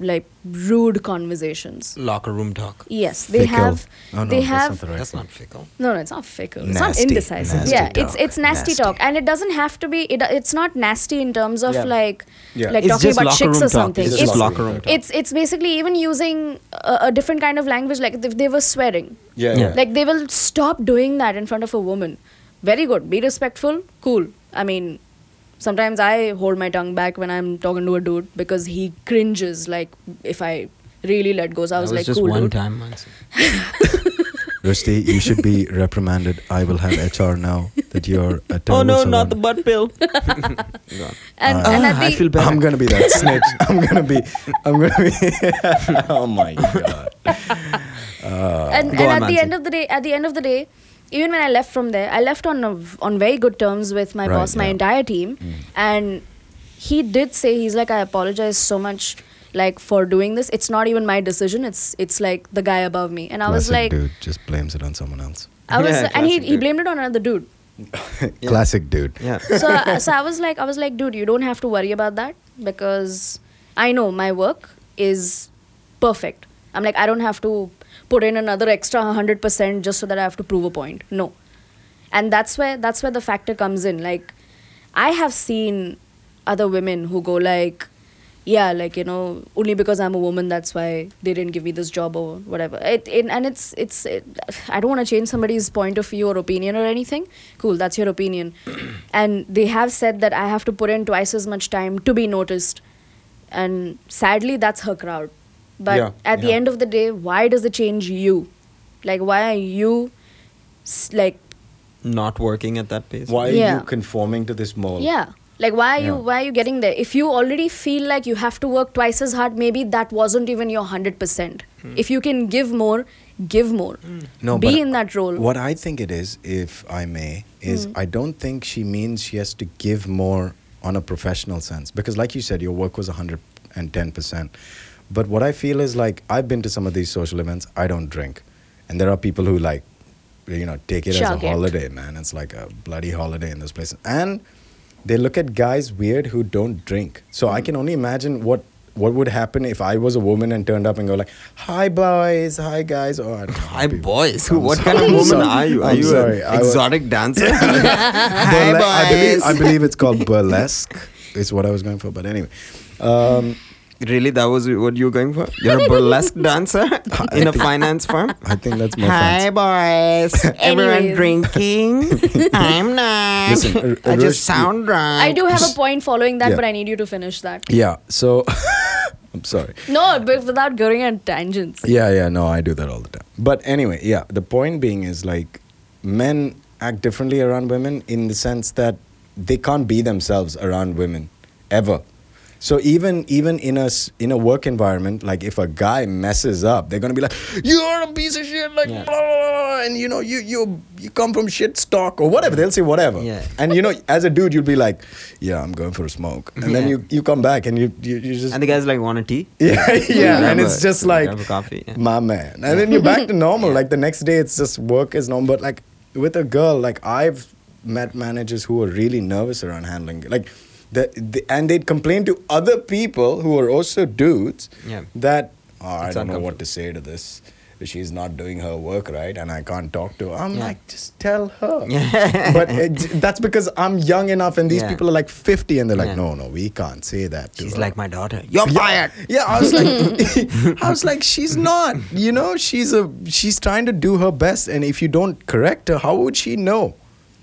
Speaker 4: like rude conversations.
Speaker 7: Locker room talk.
Speaker 4: Yes, they
Speaker 5: Fickle.
Speaker 4: have.
Speaker 5: Oh, no,
Speaker 4: they
Speaker 5: that's
Speaker 4: have.
Speaker 5: not the right
Speaker 7: That's not fickle.
Speaker 4: No, no, it's not fickle. it's
Speaker 5: Nasty.
Speaker 4: not indecisive.
Speaker 5: Nasty
Speaker 4: yeah,
Speaker 5: talk.
Speaker 4: it's it's nasty,
Speaker 5: Nasty.
Speaker 4: talk, and it doesn't have to be. It, it's not nasty in terms of
Speaker 6: Yeah.
Speaker 4: like
Speaker 5: Yeah.
Speaker 4: like
Speaker 5: It's
Speaker 4: talking
Speaker 7: just
Speaker 4: about
Speaker 7: locker
Speaker 4: chicks
Speaker 7: room
Speaker 4: or
Speaker 7: talk.
Speaker 4: something.
Speaker 7: It's just locker room talk.
Speaker 4: It's it's basically even using a, a different kind of language. Like if they were swearing,
Speaker 5: Yeah,
Speaker 7: Yeah.
Speaker 4: like they will stop doing that in front of a woman. Very good. Be respectful. Cool. I mean, sometimes I hold my tongue back when I'm talking to a dude because he cringes. Like if I really let go, so I was, like,
Speaker 7: just
Speaker 4: cool,
Speaker 7: one
Speaker 4: dude.
Speaker 7: time. Mansi.
Speaker 5: Rusty, you should be reprimanded. I will have HR now that you're a
Speaker 6: Oh
Speaker 5: terrible
Speaker 6: no, not the
Speaker 5: someone.
Speaker 6: butt pill.
Speaker 4: And,
Speaker 7: Uh,
Speaker 5: Ah,
Speaker 4: and at the,
Speaker 6: I feel bad.
Speaker 5: I'm gonna be that snitch. I'm gonna be. I'm gonna be. oh my god.
Speaker 4: and,
Speaker 5: Go
Speaker 4: and
Speaker 5: on,
Speaker 4: at the
Speaker 5: Mansi.
Speaker 4: end of the day at the end of the day even when i left from there i left on a, on very good terms with my
Speaker 5: Right,
Speaker 4: boss my
Speaker 5: yeah. Mm.
Speaker 4: entire team and he did say he's like i apologize so much like for doing this it's not even my decision it's it's like the guy above me and i was like
Speaker 5: Classic dude just blames it on someone else.
Speaker 4: i was
Speaker 6: Yeah,
Speaker 4: and he,
Speaker 6: classic
Speaker 4: he
Speaker 6: dude.
Speaker 4: blamed it on another dude
Speaker 5: Classic dude.
Speaker 6: yeah.
Speaker 4: so uh, so I was like I was like dude you don't have to worry about that because I know my work is perfect. I'm like I don't have to put in another extra 100% just so that I have to prove a point. No. And that's where that's where the factor comes in like I have seen other women who go like yeah like you know only because i'm a woman that's why they didn't give me this job or whatever it, it and it's it's it, i don't want to change somebody's point of view or opinion or anything cool that's your opinion and they have said that i have to put in twice as much time to be noticed and sadly that's her crowd but
Speaker 5: Yeah,
Speaker 4: at the
Speaker 5: yeah.
Speaker 4: end of the day why does it change you like why are you s- like
Speaker 6: Not working at that pace.
Speaker 5: Why are
Speaker 4: Yeah.
Speaker 5: you conforming to this mold?
Speaker 4: yeah like why are you
Speaker 5: Yeah.
Speaker 4: why are you getting there if you already feel like you have to work twice as hard maybe that wasn't even your 100% if you can give more give more
Speaker 5: No,
Speaker 4: be
Speaker 5: but
Speaker 4: in that role Hmm.
Speaker 5: What I think it is, if I may, is I don't think she means she has to give more on a professional sense because, like you said, your work was 110%. But what I feel is like I've been to some of these social events, I don't drink. And there are people who like, you know, take it as
Speaker 4: Chug
Speaker 5: a
Speaker 4: it.
Speaker 5: holiday, man. It's like a bloody holiday in this place. And they look at guys weird who don't drink. So
Speaker 4: Hmm.
Speaker 5: I can only imagine what. What would happen if I was a woman and turned up and go like, "Hi boys, hi guys," or I don't know,
Speaker 7: Hi,
Speaker 5: people-
Speaker 7: boys.
Speaker 5: I'm
Speaker 7: what
Speaker 5: so-
Speaker 7: kind of
Speaker 5: I'm
Speaker 7: woman
Speaker 5: sorry.
Speaker 7: are you? Are
Speaker 5: I'm
Speaker 7: you
Speaker 5: sorry. I
Speaker 7: an
Speaker 5: was-
Speaker 7: exotic dancer?
Speaker 5: Burle- I
Speaker 7: Hi,
Speaker 5: believe, I
Speaker 7: boys.
Speaker 5: believe it's called burlesque. Is what I was going for, but anyway, um,
Speaker 6: Really, that was what you were going for? You're a burlesque dancer in a finance firm?
Speaker 5: I think that's my
Speaker 7: Hi,
Speaker 5: fancy.
Speaker 7: boys. Everyone
Speaker 4: Anyways.
Speaker 7: drinking. I'm not.
Speaker 5: Listen, R-
Speaker 7: I
Speaker 5: Roshni-
Speaker 7: just sound drunk.
Speaker 4: i do have a point following that
Speaker 5: Yeah.
Speaker 4: but i need you to finish that
Speaker 5: Yeah. So, I'm sorry.
Speaker 4: no but without going on tangents
Speaker 5: Yeah, yeah. No, I do that all the time. But anyway, yeah. The point being is like, men act differently around women in the sense that they can't be themselves around women ever. So even even in a s- in a work environment, like if a guy messes up, they're gonna be like, "You're a piece of shit," like blah, blah, blah, and you know you you you come from shit stock or whatever. They'll say whatever.
Speaker 7: Yeah.
Speaker 5: And you know, as a dude, you'll be like, "Yeah, I'm going for a smoke," and then
Speaker 6: Yeah.
Speaker 5: you you come back and you you, you just
Speaker 6: And the guy's like, want a tea?
Speaker 5: yeah, yeah, and
Speaker 6: Grab
Speaker 5: it's
Speaker 6: a-
Speaker 5: just like
Speaker 6: grab a coffee, yeah.
Speaker 5: my man, and then you're back to normal. Like the next day, it's just work is normal. But like with a girl, like I've met managers who are really nervous around handling like the, the and they'd complain to other people who are also dudes
Speaker 6: Yeah.
Speaker 5: that oh, I
Speaker 6: It's
Speaker 5: don't know what
Speaker 6: uncomfortable.
Speaker 5: to say to this. She's not doing her work right, and I can't talk to her. I'm like, just tell her. but it, that's because I'm young enough, and these
Speaker 6: Yeah.
Speaker 5: people are like 50, and they're like,
Speaker 6: Yeah.
Speaker 5: no, no, we can't say that. To
Speaker 6: She's
Speaker 5: her."
Speaker 6: like my daughter. You're
Speaker 5: Yeah,
Speaker 6: fired.
Speaker 5: yeah, I was like, I was like, she's not. You know, she's a she's trying to do her best, and if you don't correct her, how would she know?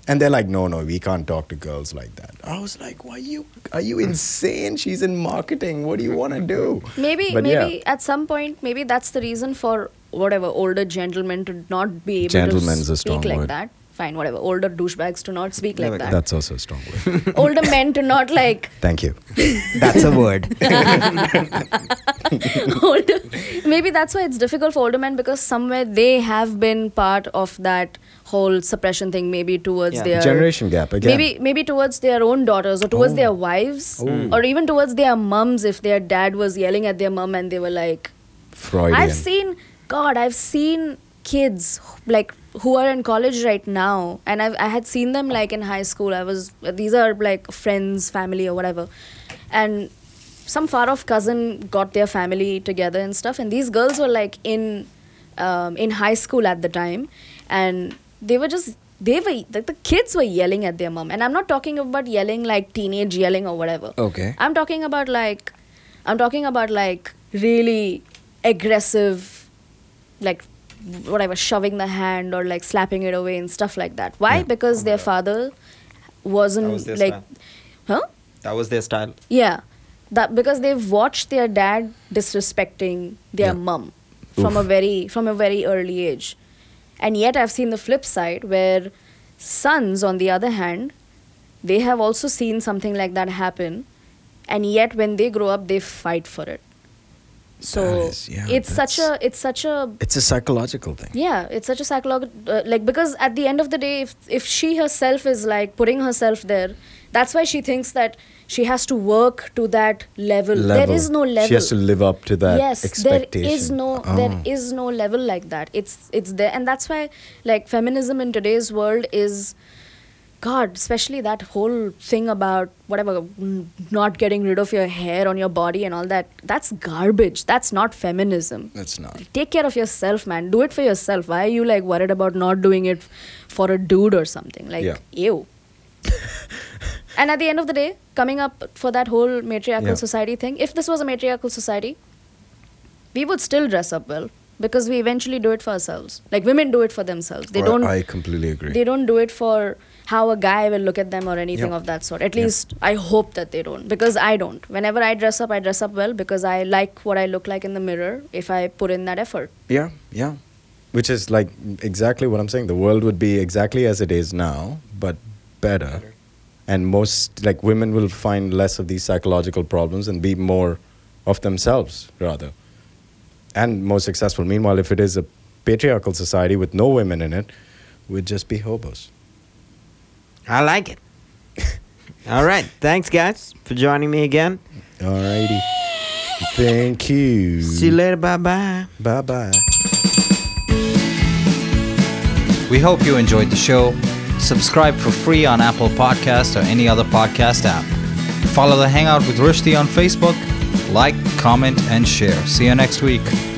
Speaker 5: And they're like, no, no, we can't talk to girls like that. I was like, why you are you insane? She's in marketing. What do you want to do?
Speaker 4: Maybe,
Speaker 5: But yeah.
Speaker 4: maybe at some point, maybe that's the reason for whatever older gentlemen to not be able
Speaker 5: Gentleman's a
Speaker 4: to
Speaker 5: strong
Speaker 4: speak like
Speaker 5: word.
Speaker 4: that. Fine, whatever. Older douchebags to not speak like that.
Speaker 5: That's also a strong word.
Speaker 4: Older men to not like
Speaker 5: Thank you.
Speaker 6: That's a word.
Speaker 4: older. Maybe that's why it's difficult for older men because somewhere they have been part of that whole suppression thing. Maybe towards
Speaker 6: Yeah.
Speaker 4: their
Speaker 5: Generation gap again. Oh.
Speaker 4: Maybe maybe towards their own daughters or towards their wives or even towards their mums if their dad was yelling at their mum and they were like
Speaker 5: Freudian.
Speaker 4: I've seen God, I've seen kids like who are in college right now, and I've, I had seen them like in high school. I was these are like friends, family, or whatever, and some far off cousin got their family together and stuff, and these girls were like in um, in high school at the time, and they were just they were like the kids were yelling at their mom, and I'm not talking about yelling like teenage yelling or whatever.
Speaker 5: Okay.
Speaker 4: I'm talking about like I'm talking about like really aggressive like whatever shoving the hand or like slapping it away and stuff like that. Why? Because their father wasn't
Speaker 6: That was their
Speaker 4: like
Speaker 6: style.
Speaker 4: huh?
Speaker 6: That was their style.
Speaker 4: Yeah. That because they've watched their dad disrespecting their mum from a very from a very early age. And yet I've seen the flip side where sons on the other hand they have also seen something like that happen and yet when they grow up they fight for it. So
Speaker 5: That is- yeah,
Speaker 4: it's such a
Speaker 5: that's-
Speaker 4: it's such a
Speaker 5: It's a psychological thing.
Speaker 4: yeah, it's such a psychological uh, like because at the end of the day, if if she herself is like putting herself there, that's why she thinks that she has to work to that level. There is no level.
Speaker 5: She has to live up to that
Speaker 4: yes, there
Speaker 5: expectation. Oh.
Speaker 4: is no there is no level like that. It's it's there, and that's why like feminism in today's world is. God, especially that whole thing about whatever mm, not getting rid of your hair on your body and all that. That's garbage. That's not feminism
Speaker 5: That's not.
Speaker 4: take care of yourself man do it for yourself why are you like worried about not doing it for a dude or something like
Speaker 5: Yeah.
Speaker 4: ew and at the end of the day coming up for that whole matriarchal
Speaker 5: Yeah.
Speaker 4: society thing if this was a matriarchal society we would still dress up well because we eventually do it for ourselves like women do it for themselves they
Speaker 5: I-
Speaker 4: don't
Speaker 5: I completely agree.
Speaker 4: they don't do it for how a guy will look at them or anything
Speaker 5: Yep.
Speaker 4: of that sort at
Speaker 5: Yep.
Speaker 4: least i hope that they don't because i don't whenever i dress up i dress up well because i like what i look like in the mirror if i put in that effort
Speaker 5: Yeah, yeah. Which is like exactly what I'm saying. The world would be exactly as it is now, but better. And most, like, women will find less of these psychological problems and be more of themselves, rather, and more successful. Meanwhile, if it is a patriarchal society with no women in it, we'd just be hobos.
Speaker 6: I like it. All right. Thanks, guys, for joining me again.
Speaker 5: Alrighty. Thank you.
Speaker 6: See you later. Bye bye.
Speaker 5: Bye bye.
Speaker 8: We hope you enjoyed the show. Subscribe for free on Apple Podcasts or any other podcast app. Follow the Hangout with Rushdie on Facebook. Like, comment, and share. See you next week.